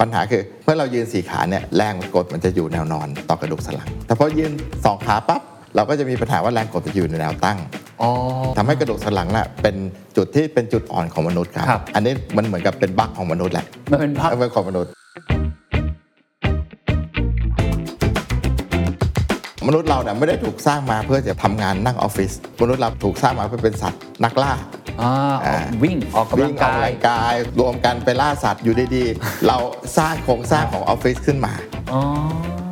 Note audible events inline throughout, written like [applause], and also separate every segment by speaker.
Speaker 1: ปัญหาคือเมื่อเรายืนสี่ขาเนี่ยแรงกดมันจะอยู่แนวนอนต่อกระดูกสันหลัง แต่พอยืนสองขาปั๊บเราก็จะมีปัญหาว่าแรงกดมันจะอยู่ในแนวตั้ง
Speaker 2: อ๋อ
Speaker 1: ทำให้กระดูกสันหลังน่ะเป็นจุดที่เป็นจุดอ่อนของมนุษย์ครับ
Speaker 2: ครับ
Speaker 1: อันนี้มันเหมือนกับเป็นบั๊กของมนุษย์แหละ
Speaker 2: มันเป็นพัก
Speaker 1: เป็นของมนุษย์ มนุษย์เราเนี่ยไม่ได้ถูกสร้างมาเพื่อจะทำงานนั่งออฟฟิศมนุษย์เราถูกสร้างมาเพื่อเป็นสัตว์นักล่า
Speaker 2: อ่าออกวิ่งออกกำลังกา
Speaker 1: วิ่ออำ
Speaker 2: ย
Speaker 1: ลังกายรวมกันไปล่าสัตว์อยู่ดีๆ เราสร้างโครงสร้างของออฟฟิศขึ้นมา
Speaker 2: อ๋อ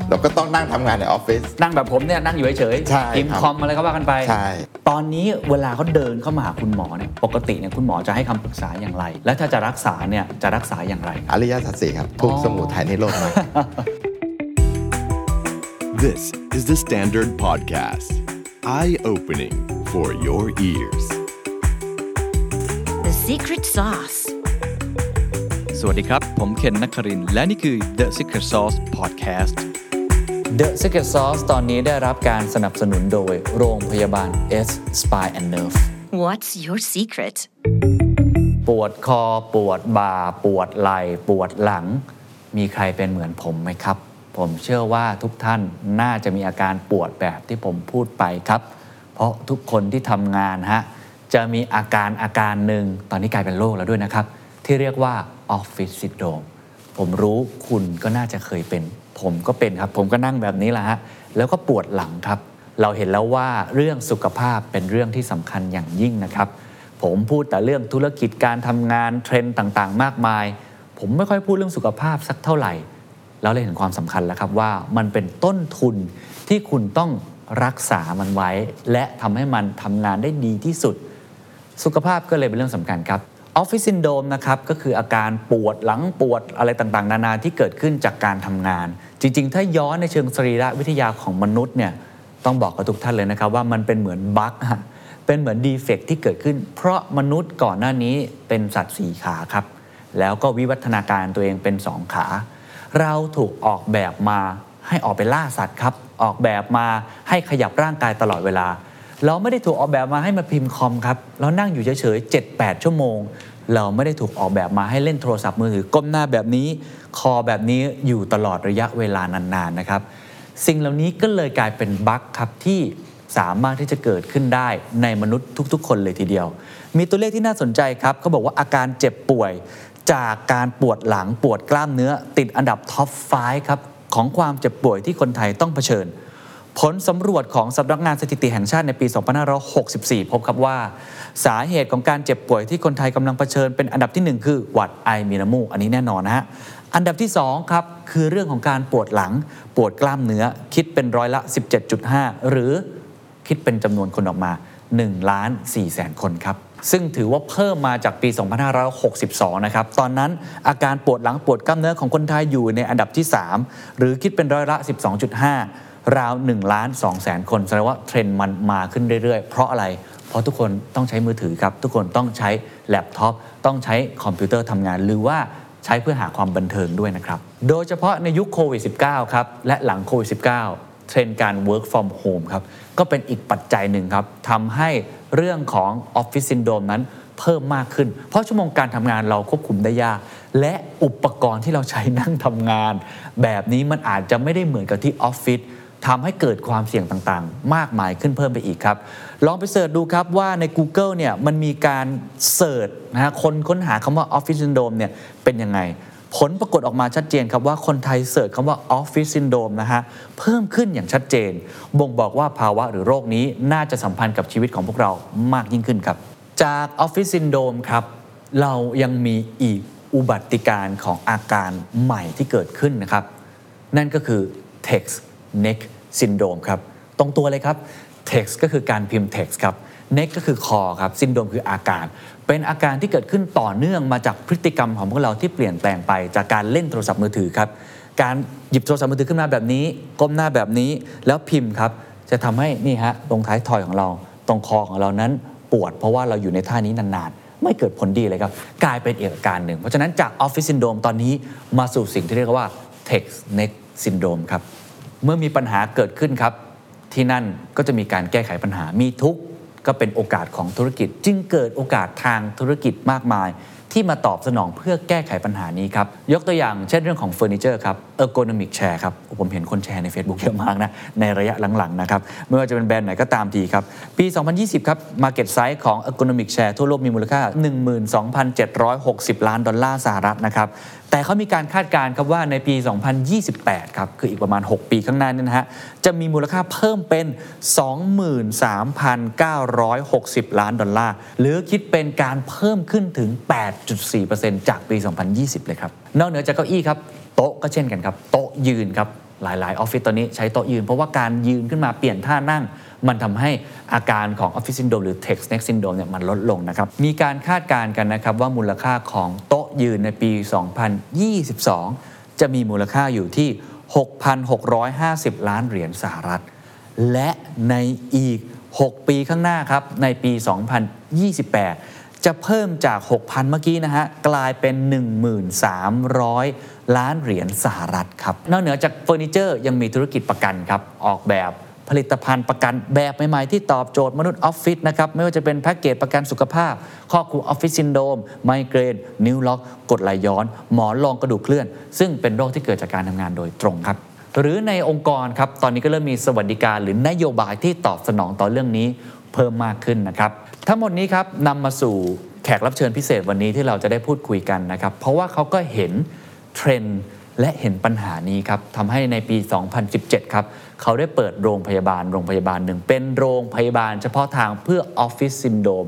Speaker 1: เราก็ต้องนั่งทำงานในออฟฟิศ
Speaker 2: นั่งแบบผมเนี่ยนั่งอยู่เฉย
Speaker 1: ใช่
Speaker 2: ๆกิน
Speaker 1: ครับ
Speaker 2: คอมอะไรก็ว่ากันไป
Speaker 1: ใช่
Speaker 2: ตอนนี้เวลาเขาเดินเข้ามาหาคุณหมอเนี่ยปกติเนี่ยคุณหมอจะให้คำปรึกษาอย่างไร และถ้าจะรักษาเนี่ยจะรักษาอย่างไร
Speaker 1: อริยสัจสี่ครับทุกข์สมุทัยนิโรธมรร [laughs] ค
Speaker 3: This is the Standard Podcast. Eye opening for your ears.
Speaker 4: The secret sauce.
Speaker 5: สวัสดีครับ ผมเคนนักครินทร์และนี่คือ The Secret Sauce Podcast
Speaker 2: The Secret Sauce ตอนนี้ได้รับการสนับสนุนโดยโรงพยาบาล S Spine and Nerve
Speaker 4: What's your secret?
Speaker 2: ปวดคอปวดบ่า ปวดไหล่ปวดหลัง มีใครเป็นเหมือนผมไหมครับ ผมเชื่อว่าทุกท่านน่าจะมีอาการปวดแบบที่ผมพูดไปครับ เพราะทุกคนที่ทำงานฮะจะมีอาการอาการหนึ่งตอนนี้กลายเป็นโรคแล้วด้วยนะครับ ที่เรียกว่าออฟฟิศซิดโดมผมรู้คุณก็น่าจะเคยเป็น ผมก็เป็นครับ ผมก็นั่งแบบนี้แหละฮะแล้วก็ปวดหลังครับ เราเห็นแล้วว่าเรื่องสุขภาพเป็นเรื่องที่สำคัญอย่างยิ่งนะครับ ผมพูดแต่เรื่องธุรกิจการทำงานเทรนด์ต่างๆ มากมาย ผมไม่ค่อยพูดเรื่องสุขภาพสักเท่าไหร่ แล้วเลยเห็นความสำคัญแล้วครับว่ามันเป็นต้นทุนที่คุณต้องรักษามันไว้ และทำให้มันทำงานได้ดีที่สุด สุขภาพก็เลยเป็นเรื่องสำคัญครับออฟฟิศซินโดมนะครับก็คืออาการปวดหลังปวดอะไรต่างๆ นานาที่เกิดขึ้นจากการทำงาน จริงๆ ถ้าย้อนในเชิงสรีระวิทยาของมนุษย์เนี่ยต้องบอกกับทุกท่านเลยนะครับว่ามันเป็นเหมือนบั๊กฮะเป็นเหมือนดีเฟกที่เกิดขึ้น เพราะมนุษย์ก่อนหน้านี้เป็นสัตว์สี่ขาครับ แล้วก็วิวัฒนาการตัวเองเป็นสองขา เราถูกออกแบบมาให้ออกไปล่าสัตว์ครับ ออกแบบมาให้ขยับร่างกายตลอดเวลา เราไม่ได้ถูกออกแบบมาให้มาพิมพ์คอมครับ เรานั่งอยู่เฉยๆ 7 8 ชั่วโมง เราไม่ได้ถูกออกแบบมาให้เล่นโทรศัพท์มือถือก้มหน้าแบบนี้ คอแบบนี้อยู่ตลอดระยะเวลานานๆนะครับ สิ่งเหล่านี้ก็เลยกลายเป็นบั๊กครับที่สามารถที่จะเกิดขึ้นได้ในมนุษย์ทุกๆ คนเลยทีเดียว มีตัวเลขที่น่าสนใจครับเขาบอกว่าอาการเจ็บป่วย จากการปวดหลังปวดกล้ามเนื้อ ติดอันดับท็อป 5 ครับ ของความเจ็บป่วยที่คนไทยต้องเผชิญ ผลสำรวจของสำนักงานสถิติแห่งชาติในปี 2564 พบครับว่า สาเหตุของการเจ็บป่วยที่คนไทยกำลังเผชิญเป็นอันดับทีหนึ่งคือหวัดไอมีน้ำมูกอันนี้แน่นอนนะฮะ อันดับที่ 2 ครับ คือเรื่องของการปวดหลัง ปวดกล้ามเนื้อคิดเป็นร้อยละ 17.5 หรือ คิดเป็นจำนวนคนออกมา1ล้าน4แสนคนครับ ซึ่งถือว่าเพิ่มมาจากปี 2562 นะครับ ตอนนั้นอาการปวดหลังปวดกล้ามเนื้อของคนไทยอยู่ในอันดับที่ 3 หรือคิดเป็นร้อยละ 12.5 ราว1ล้าน2แสนคนแสดงว่าเทรนด์มันมาขึ้นเรื่อยๆ เพราะอะไร เพราะทุกคนต้องใช้มือถือครับ ทุกคนต้องใช้แล็ปท็อปต้องใช้คอมพิวเตอร์ทำงานหรือว่า ใช้เพื่อหาความบันเทิงด้วยนะครับ โดยเฉพาะในยุคโควิด -19 ครับ และหลังโควิด -19 เทรนด์การ work from home ครับ ก็เป็นอีกปัจจัยหนึ่งครับทำให้เรื่องของออฟฟิศซินโดมนั้นเพิ่มมากขึ้น เพราะชั่วโมงการทำงานเราควบคุมได้ยาก และอุปกรณ์ที่เราใช้นั่งทำงาน แบบนี้มันอาจจะไม่ได้เหมือนกับที่ออฟฟิศ ทำให้เกิดความเสี่ยงต่างๆ มากมายขึ้นเพิ่มไปอีกครับ ลองไปเสิร์ชดูครับว่าใน Google เนี่ยมันมีการเสิร์ชนะฮะคนค้นหาคำว่า Office Syndrome เนี่ยเป็นยังไง ผลปรากฏออกมาชัดเจนครับว่าคนไทยเสิร์ชคำว่า Office Syndrome นะฮะเพิ่มขึ้นอย่างชัดเจน บ่งบอกว่าภาวะหรือโรคนี้น่าจะสัมพันธ์กับชีวิตของพวกเรามากยิ่งขึ้นครับ จากออฟฟิศซินโดมครับ เรายังมีอีกอุบัติการณ์ของอาการใหม่ที่เกิดขึ้นนะครับ นั่นก็คือ text neck syndrome ครับ ตรงตัวเลยครับ text ก็คือการพิมพ์ text ครับ neck ก็คือคอครับ ซินโดมคืออาการ เป็นอาการที่เกิดขึ้นต่อเนื่องมาจากพฤติกรรมของพวกเราที่เปลี่ยนแปลงไปจากการเล่นโทรศัพท์มือถือครับ การหยิบโทรศัพท์มือถือขึ้นมาแบบนี้ ก้มหน้าแบบนี้ แล้วพิมพ์ครับ จะทำให้นี่ฮะตรงท้ายทอยของเรา ตรงคอของเรานั้นปวด เพราะว่าเราอยู่ในท่านี้นานๆ ไม่เกิดผลดีเลยครับ กลายเป็นอีกอาการหนึ่ง เพราะฉะนั้นจากออฟฟิศซินโดมตอนนี้มาสู่สิ่งที่เรียกว่า text neck syndrome ครับ เมื่อมีปัญหาเกิดขึ้นครับ ที่นั่นก็จะมีการแก้ไขปัญหามีทุกข์ก็เป็นโอกาสของธุรกิจ จึงเกิดโอกาสทางธุรกิจมากมาย ที่มาตอบสนองเพื่อแก้ไขปัญหานี้ครับ ยกตัวอย่างเช่นเรื่องของเฟอร์นิเจอร์ครับ ergonomic chair ครับโอ้ผมเห็นคนแชร์ใน Facebook เยอะมากนะ ในระยะหลัง ๆ นะครับ ไม่ว่าจะเป็นแบรนด์ไหนก็ตามทีครับ ปี 2020 ครับ market size ของ ergonomic chair ทั่วโลกมีมูลค่า 12,760 ล้านดอลลาร์สหรัฐนะครับ แต่เขามีการคาดการณ์ครับว่าในปี 2028 ครับ คืออีกประมาณ 6 ปีข้างหน้าเนี่ยนะฮะ จะมีมูลค่าเพิ่มเป็น 23,960 ล้านดอลลาร์ หรือคิดเป็นการเพิ่มขึ้นถึง 8.4%จากปี 2020 เลยครับ นอกเหนือจากเก้าอี้ครับ โต๊ะก็เช่นกันครับ โต๊ะยืนครับ หลาย ๆ ออฟฟิศตอนนี้ใช้โต๊ะยืน เพราะว่าการยืนขึ้นมาเปลี่ยนท่านั่ง มันทำให้อาการของออฟฟิศซินโดรมหรือ text neck syndrome เนี่ยมันลดลงนะครับ มีการคาดการณ์กันนะครับ ว่ามูลค่าของโต๊ะยืนในปี 2022 จะมีมูลค่าอยู่ที่ 6,650 ล้านเหรียญสหรัฐ และในอีก 6 ปีข้างหน้าครับ ในปี 2028 จะเพิ่มจาก 6,000 เมื่อกี้นะฮะ กลายเป็น 1,300 ล้านเหรียญสหรัฐครับ นอกเหนือจากเฟอร์นิเจอร์ยังมีธุรกิจประกันครับ ออกแบบผลิตภัณฑ์ประกันแบบใหม่ ๆ ที่ตอบโจทย์มนุษย์ออฟฟิศนะครับ ไม่ว่าจะเป็นแพ็กเกจประกันสุขภาพ ครอบคลุมออฟฟิศซินโดรมไมเกรน นิ้วล็อก กรดไหลย้อน หมอนรองกระดูกเคลื่อน ซึ่งเป็นโรคที่เกิดจากการทำงานโดยตรงครับ หรือในองค์กรครับ ตอนนี้ก็เริ่มมีสวัสดิการหรือนโยบายที่ตอบสนองต่อเรื่องนี้เพิ่มมากขึ้นนะครับ ทั้งหมดนี้ครับนำมาสู่แขกรับเชิญพิเศษวันนี้ที่เราจะได้พูดคุยกันนะครับ เพราะว่าเขาก็เห็นเทรนด์และเห็นปัญหานี้ครับทำให้ในปี 2017 ครับ เขาได้เปิดโรงพยาบาลโรงพยาบาลหนึ่ง เป็นโรงพยาบาลเฉพาะทางเพื่อออฟฟิศซินโดม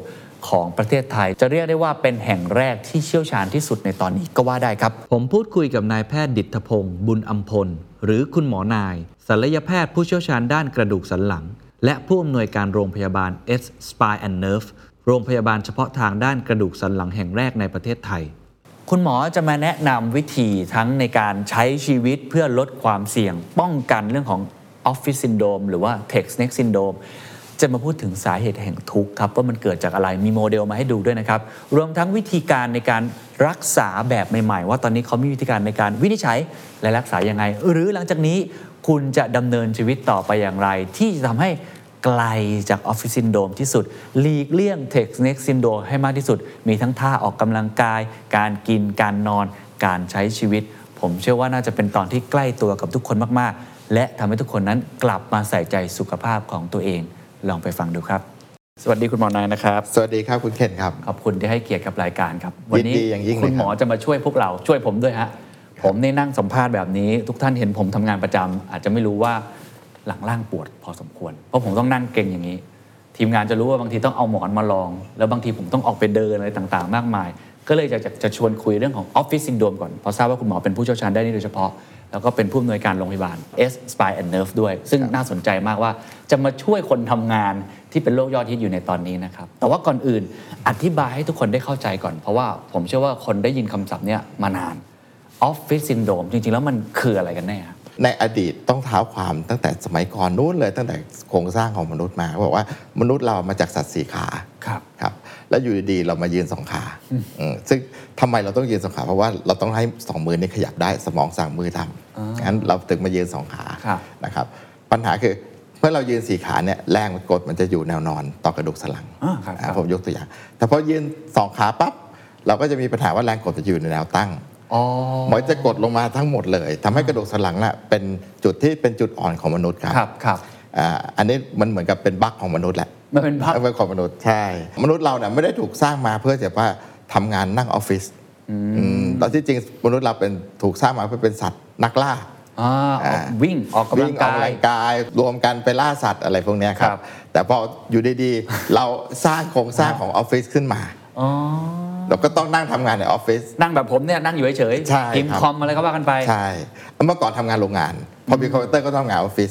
Speaker 2: ของประเทศไทยจะเรียกได้ว่าเป็นแห่งแรกที่เชี่ยวชาญที่สุดในตอนนี้ก็ว่าได้ครับ ผมพูดคุยกับนายแพทย์ดิษฐพงศ์บุญอัมพล หรือคุณหมอนายศัลยแพทย์ผู้เชี่ยวชาญด้านกระดูกสันหลัง และผู้อำนวยการโรงพยาบาล S Spine and Nerve โรงพยาบาลเฉพาะทางด้านกระดูกสันหลังแห่งแรกในประเทศไทย คุณหมอจะมาแนะนำวิธีทั้งในการใช้ชีวิตเพื่อลดความเสี่ยง ป้องกันเรื่องของออฟฟิศซินโดมหรือว่า text neck syndrome จะมาพูดถึงสาเหตุแห่งทุกข์ครับ ว่ามันเกิดจากอะไรมีโมเดลมาให้ดูด้วยนะครับ รวมทั้งวิธีการในการรักษาแบบใหม่ ๆ ว่าตอนนี้เขามีวิธีการในการวินิจฉัยและรักษายังไง หรือหลังจากนี้คุณจะดำเนินชีวิตต่อไปอย่างไร ที่จะทำให้ ไกลจากออฟฟิศซินโดรมที่สุด หลีกเลี่ยงเท็กซ์เน็กซินโดมให้มากที่สุด มีทั้งท่าออกกำลังกาย การกินการนอน การใช้ชีวิต ผมเชื่อว่าน่าจะเป็นตอนที่ใกล้ตัวกับทุกคนมาก ๆ และทำให้ทุกคนนั้นกลับมาใส่ใจสุขภาพของตัวเอง ลองไปฟังดูครับ สวัสดีคุณหมอนายนะครับ
Speaker 1: สวัสดีครับคุณเคนครับ
Speaker 2: ขอบคุณที่ให้เกียรติกับรายการครับ วันี้
Speaker 1: ยินดีอย่างยิ่งเลย
Speaker 2: คุณหมอ
Speaker 1: ครับ
Speaker 2: จะมาช่วยพวกเราช่วยผมด้วยฮะผมในนั่งสัมภาษณ์แบบนี้ ทุกท่านเห็นผมทำงานประจำอาจจะไม่รู้ว่าหลังล่างปวดพอสมควร เพราะผมต้องนั่งเก่งอย่างนี้ ทีมงานจะรู้ว่าบางทีต้องเอาหมอนมาลอง แล้วบางทีผมต้องออกไปเดินอะไรต่างๆ มากมาย ก็เลยจะจะจะชวนคุยเรื่องของออฟฟิศซินโดรมก่อนเพราะทราบว่าคุณหมอเป็นผู้เชี่ยวชาญด้านนี้โดยเฉพาะ แล้วก็เป็นผู้อำนวยการโรงพยาบาล S Spine and Nerve ด้วย ซึ่งน่าสนใจมากว่าจะมาช่วยคนทำงานที่เป็นโรคยอดฮิตอยู่ในตอนนี้นะครับ แต่ว่าก่อนอื่นอธิบายให้ทุกคนได้เข้าใจก่อน เพราะว่าผมเชื่อว่าคนได้ยินคำศัพท์เนี้ยมานานออฟฟิศซินโดรมจริงๆ แล้วมันคืออะไรกันแน่ครับ
Speaker 1: ในอดีตต้องเท้าความตั้งแต่สมัยก่อนนู้นเลยตั้งแต่โครงสร้างของมนุษย์มาเขาบอกว่ามนุษย์เรามาจากสัตว์สี่ขา
Speaker 2: ครับ
Speaker 1: ครับแล้วอยู่ดีๆเรามายืนสองขาอืมซึ่งทำไมเราต้องยืนสองขา เพราะว่าเราต้องให้สองมือนี้ขยับได้สมองสั่งมือทำงั้นเราถึงมายืนสองขา
Speaker 2: ครับ
Speaker 1: นะครับปัญหาคือเมื่อเรายืนสี่ขาเนี่ยแรงมันกดมันจะอยู่แนวนอนต่อกระดูกสันหลัง
Speaker 2: อ่าครับครับ
Speaker 1: อ่าผมยกตัวอย่าง แต่พอยืนสองขาปั๊บเราก็จะมีปัญหาว่าแรงกดจะอยู่ในแนวตั้ง
Speaker 2: อ๋อ
Speaker 1: หมอนจะกดลงมาทั้งหมดเลยทำให้กระดูกสันหลังน่ะเป็นจุดที่เป็นจุดอ่อนของมนุษย์ครับ
Speaker 2: ครับครับ
Speaker 1: อ่าอันนี้มันเหมือนกับเป็นบั๊กของมนุษย์แหละ
Speaker 2: มันเป็นบั๊ก
Speaker 1: เป็นของมนุษย์ใช่ มนุษย์เราเนี่ยไม่ได้ถูกสร้างมาเพื่อจะว่าทำงานนั่งออฟฟิศอืมแล้วที่จริงมนุษย์เราเป็นถูกสร้างมาเพื่อเป็นสัตว์นักล่า
Speaker 2: อ่าออกวิ่งออกกำลั
Speaker 1: วิ่ออ
Speaker 2: งกา
Speaker 1: ก
Speaker 2: ย
Speaker 1: กำลังกายรวมกันไปล่าสัตว์อะไรพวกเนี้ยค
Speaker 2: ครั
Speaker 1: รับ
Speaker 2: บ
Speaker 1: แต่พออยู่ดี
Speaker 2: [laughs]
Speaker 1: ๆ เราสร้างโครงสร้างของออฟฟิศขึ้นมา
Speaker 2: อ๋อ
Speaker 1: เราก็ต้องนั่งทำงานในออฟฟิศ
Speaker 2: นั่งแบบผมเนี่ยนั่งอยู่เฉย
Speaker 1: ใช่
Speaker 2: พิมพ์
Speaker 1: ครับ
Speaker 2: คอมอะไรก็ว่ากันไป
Speaker 1: ใช่เมื่อก่อนทำงานโรงงาน พอมีคอมพิวเตอร์ก็ต้องทำงานออฟฟิศ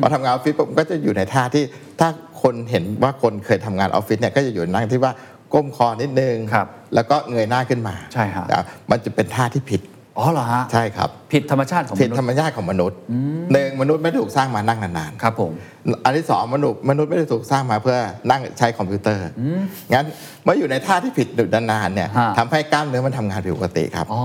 Speaker 1: พอทำงานออฟฟิศปุ๊บก็จะอยู่ในท่าที่ถ้าคนเห็นว่าคนเคยทำงานออฟฟิศเนี่ยก็จะอยู่นั่งที่ว่าก้มคอนิดนึง
Speaker 2: ครับ
Speaker 1: แล้วก็เงยหน้าขึ้นมา
Speaker 2: ใช่ฮะ
Speaker 1: นมันจะเป็นท่าที่ผิด
Speaker 2: อ๋อเหรอฮะ
Speaker 1: ใช่ครับ
Speaker 2: ผิดธรรมชาติของม
Speaker 1: ผิด
Speaker 2: นุษ
Speaker 1: ธร
Speaker 2: ย์
Speaker 1: รมชาติของมนุษย์หนึ่งมนุษย์ไม่ได้ถูกสร้างมานั่งนานๆ
Speaker 2: ครับผม
Speaker 1: อันที่สองมนุษย์มนุษย์ไม่ได้ถูกสร้างมาเพื่อนั่งใช้คอมพิวเตอร์งั้นเมื่ออยู่ในท่าที่ผิดดุดนานๆเนี่ยทำให้กล้ามเนื้อมันทำงานผิดปกติครับ
Speaker 2: อ๋อ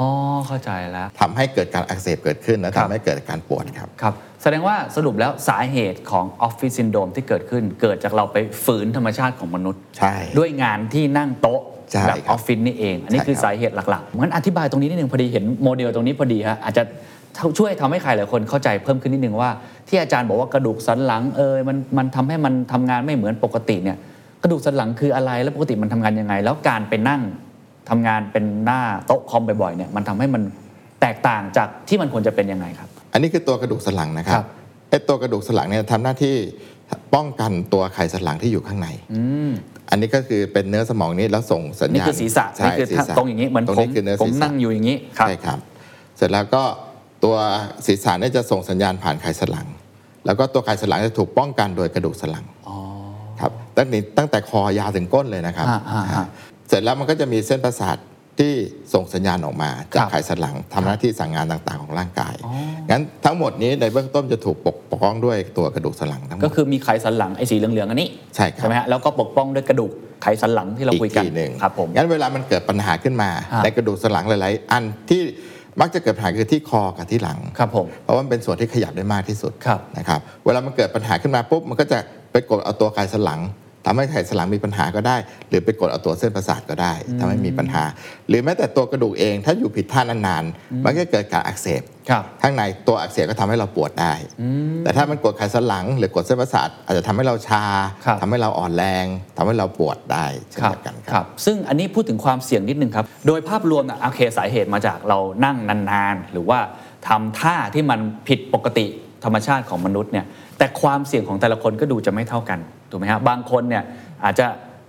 Speaker 2: เข้าใจแล้ว
Speaker 1: ทำให้เกิดการอักเสบเกิดขึ้นและ
Speaker 2: ครับ
Speaker 1: ทำให้เกิดการปวดครับ
Speaker 2: ครับ แสดงว่าสรุปแล้วสาเหตุของออฟฟิศซินโดรมที่เกิดขึ้น เกิดจากเราไปฝืนธรรมชาติของมนุษย์
Speaker 1: ใช่
Speaker 2: ด้วยงานที่นั่งโต๊ะ
Speaker 1: ใช่
Speaker 2: แบบ
Speaker 1: ครับ
Speaker 2: ออฟฟิศนี่เอง อันนี้
Speaker 1: ใช่
Speaker 2: คือ
Speaker 1: ครับ
Speaker 2: สาเหตุหลักๆงั้นอธิบายตรงนี้นิดนึงพอดีเห็นโมเดลตรงนี้พอดีฮะอาจจะช่วยทำให้ใครหลายคนเข้าใจเพิ่มขึ้นนิดนึงว่า ที่อาจารย์บอกว่ากระดูกสันหลังเอยมันมันทำให้มันทำงานไม่เหมือนปกติเนี่ยกระดูกสันหลังคืออะไรแล้วปกติมันทำงานยังไง แล้วการไปนั่งทำงานเป็นหน้าโต๊ะคอมบ่อยๆเนี่ยมันทำให้มันแตกต่างจากที่มันควรจะเป็นยังไงครับ
Speaker 1: อันนี้คือตัวกระดูกสันหลังนะค
Speaker 2: ค
Speaker 1: รั
Speaker 2: รั
Speaker 1: บบ ไอ้ตัวกระดูกสันหลังเนี่ยทำหน้าที่ป้องกันตัวไขสันหลังที่อยู่ข้างใน
Speaker 2: อืม
Speaker 1: อันนี้ก็คือเป็นเนื้อสมองนี้แล้วส่งสัญ
Speaker 2: นี่
Speaker 1: ญาณ
Speaker 2: คือศีรษะ
Speaker 1: ใช่
Speaker 2: นี่คือ
Speaker 1: ศีษะ
Speaker 2: ตรงอย่างนี้เหมือน
Speaker 1: ตรง
Speaker 2: ผม
Speaker 1: นี้คือเนื้อ
Speaker 2: ผม
Speaker 1: ศีรษะ
Speaker 2: นั่งอยู่อย่างนี้ครับ
Speaker 1: ใช่ครับ เสร็จแล้วก็ตัวศีรษะเนี่ยจะส่งสัญญาณผ่านไขสันหลัง แล้วก็ตัวไขสันหลังจะถูกป้องกันโดยกระดูกสันหลังครับตั้งแต่ตั้งแต่คอยาวถึงก้นเลยนะครับ
Speaker 2: อ่าอ่าอ่า
Speaker 1: เสร็จแล้วมันก็จะมีเส้นประสาทที่ส่งสัญญาณออกมาจาก
Speaker 2: ครับ
Speaker 1: ไขสันหลังทำหน้าที่สั่งงานต่างๆของร่างกายงั้นทั้งหมดนี้ในเบื้องต้นจะถูกปกป้องด้วยตัวกระดูกสันหลังทั้งหม
Speaker 2: ก็
Speaker 1: ด
Speaker 2: คือมีไขสันหลังไอ้สีเหลืองๆอันนี้
Speaker 1: ใช่ครับ
Speaker 2: ไหมฮะแล้วก็ปกป้องด้วยกระดูกไขสันหลังที่เราคุยกัน
Speaker 1: อีทีหนึ่ง
Speaker 2: ครับผม
Speaker 1: งั้นเวลามันเกิดปัญหาขึ้นมา
Speaker 2: ฮะ
Speaker 1: ในกระดูกสันหลังหลาย ๆ อันที่มักจะเกิดปัญหาคือที่คอกับที่หลัง
Speaker 2: ครับผม
Speaker 1: เพราะว่ามันเป็นส่วนที่ขยับได้มากที่สุด
Speaker 2: ครับ
Speaker 1: นะครับเวลามันเกิดปัญหาขึ้นมาปุ๊บมันก็จะไปกดเอาตัวไขสันหลังทำให้ไขสันหลังมีปัญหาก็ได้ หรือไปกดเอาตัวเส้นประสาทก็ได้ทำให้มีปัญหา หรือแม้แต่ตัวกระดูกเองถ้าอยู่ผิดท่านานๆมันก็เกิดการอักเสบ
Speaker 2: ครับ
Speaker 1: ข้างในตัวอักเสบก็ทำให้เราปวดได้ แต่ถ้ามันกดไขสันหลัง หรือกดเส้นประสาทอาจจะทำให้เราชา
Speaker 2: ครับ
Speaker 1: ทำให้เราอ่อนแรงทำให้เราปวดได้เช่น
Speaker 2: ครับ
Speaker 1: เดียวกันค
Speaker 2: ค
Speaker 1: รั
Speaker 2: รับ บ ซึ่งอันนี้พูดถึงความเสี่ยงนิดนึงครับ โดยภาพรวมนะโอเคสาเหตุมาจากเรานั่งนานๆ หรือว่าทำท่าที่มันผิดปกติธรรมชาติของมนุษย์เนี่ยแต่ความเสี่ยงของแต่ละคนก็ดูจะไม่เท่ากันถูกไหมฮะบางคนเนี่ยอาจจะ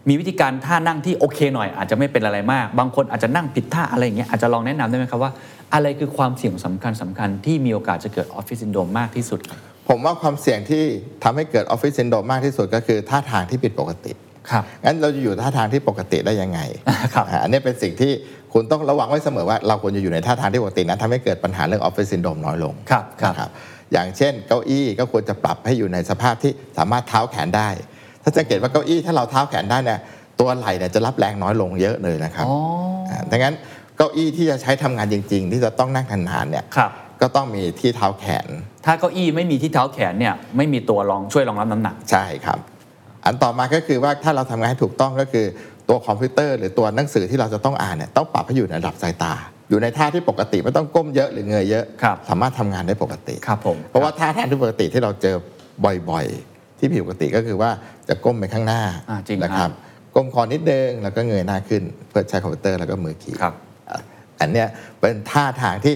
Speaker 2: มีวิธีการท่านั่งที่โอเคหน่อย อาจจะไม่เป็นอะไรมาก บางคนอาจจะนั่งผิดท่าอะไรอย่างเงี้ยอาจจะลองแนะนำได้ไหมครับว่า อะไรคือความเสี่ยงสำคัญสำคัญที่มีโอกาสจะเกิดออฟฟิศซินโดรมมากที่สุด
Speaker 1: ผมว่าความเสี่ยงที่ทำให้เกิดออฟฟิศซินโดรมมากที่สุดก็คือท่าทางที่ผิดปกติ
Speaker 2: ครับ
Speaker 1: งั้นเราจะอยู่ท่าทางที่ปกติได้ยังไง
Speaker 2: ครับ
Speaker 1: อ่าอันนี้เป็นสิ่งที่คุณต้องระวังไว้เสมอว่าเราควรจะอยู่ในท่าทางที่ปกตินะทำให้เกิดปัญหาเรื่องออฟฟิศซินโดรมน้อยลง
Speaker 2: ครับครับ
Speaker 1: นะอย่างเช่นเก้าอี้ก็ควรจะปรับให้อยู่ในสภาพที่สามารถเท้าแขนได้ ถ้าสังเกตว่าเก้าอี้ถ้าเราเท้าแขนได้เนี่ยตัวไหล่เนี่ยจะรับแรงน้อยลงเยอะเลยนะครับ
Speaker 2: อ๋ออ่
Speaker 1: าดังนั้นเก้าอี้ที่จะใช้ทำงานจริง ๆ ที่จะต้องนั่งนานๆเนี่ย
Speaker 2: ครับ
Speaker 1: ก็ต้องมีที่เท้าแขน
Speaker 2: ถ้าเก้าอี้ไม่มีที่เท้าแขนเนี่ยไม่มีตัวรองช่วยรองรับน้ำหนัก
Speaker 1: ใช่ครับ อันต่อมาก็คือว่าถ้าเราทำงานให้ถูกต้องก็คือตัวคอมพิวเตอร์ หรือตัวหนังสือที่เราจะต้องอ่านเนี่ยต้องปรับให้อยู่ในระดับสายตา อยู่ในท่าที่ปกติไม่ต้องก้มเยอะหรือเงยเยอะ
Speaker 2: ครับ
Speaker 1: สามารถทำงานได้ปกติ
Speaker 2: ครับผม
Speaker 1: เพราะว่าท่าทางที่ปกติที่เราเจอบ่อยๆ ที่ผิดปกติก็คือว่าจะก้มไปข้างหน้า
Speaker 2: อ่าจริง
Speaker 1: นะครับ ก้มคอนิดนึงแล้วก็เงยหน้าขึ้น เพื่อใช้คอมพิวเตอร์แล้วก็มือคีย์
Speaker 2: ครับ
Speaker 1: อ่ะอันเนี้ยเป็นท่าทางที่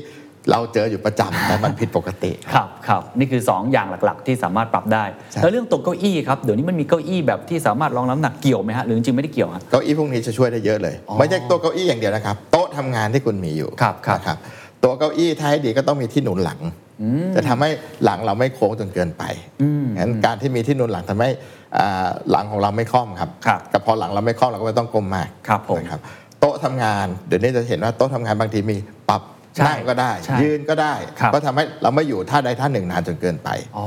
Speaker 1: เราเจออยู่ประจำแต่ [laughs] มันผิดปกติ
Speaker 2: ครับครับนี่คือ 2 อย่างหลักๆ ที่สามารถปรับได้
Speaker 1: ใช่
Speaker 2: แล้วเรื่องตกเก้าอี้ครับ เดี๋ยวนี้มันมีเก้าอี้แบบที่สามารถรองรับน้ำหนักเกี่ยวไหมฮะ หรือจริงๆไม่ได้เกี่ยวฮะ
Speaker 1: เก้าอี้พวกนี้จะช่วยได้เยอะเลย ไม่ใช่ตัวเก้าอี้อย่างเดียวนะครับ โต๊ะทำงานที่คุณมีอยู่
Speaker 2: ครับครับ
Speaker 1: นะครับ ตัวเก้าอี้ถ้าให้ดีก็ต้องมีที่หนุนหลัง จะทำให้หลังเราไม่โค้งจนเกินไปงั้นการที่มีที่หนุนหลังทำให้อ่าหลังของเราไม่คล่อมครับ
Speaker 2: ครับ
Speaker 1: แต่พอหลังเราไม่คล่อมเราก็ไม่ต้องก้มมาก
Speaker 2: ครับผม
Speaker 1: นะครับโต๊ะทำงานเดี๋ยวนี้จะเห็นว่าโต๊ะทำงานบางทีมีปรับ
Speaker 2: ใช่
Speaker 1: นั่งก็ได้
Speaker 2: ใช่
Speaker 1: ยืนก็ได้
Speaker 2: ครับ
Speaker 1: ก็ทำให้เราไม่อยู่ท่าใดท่าหนึ่งนานจนเกินไป
Speaker 2: อ๋อ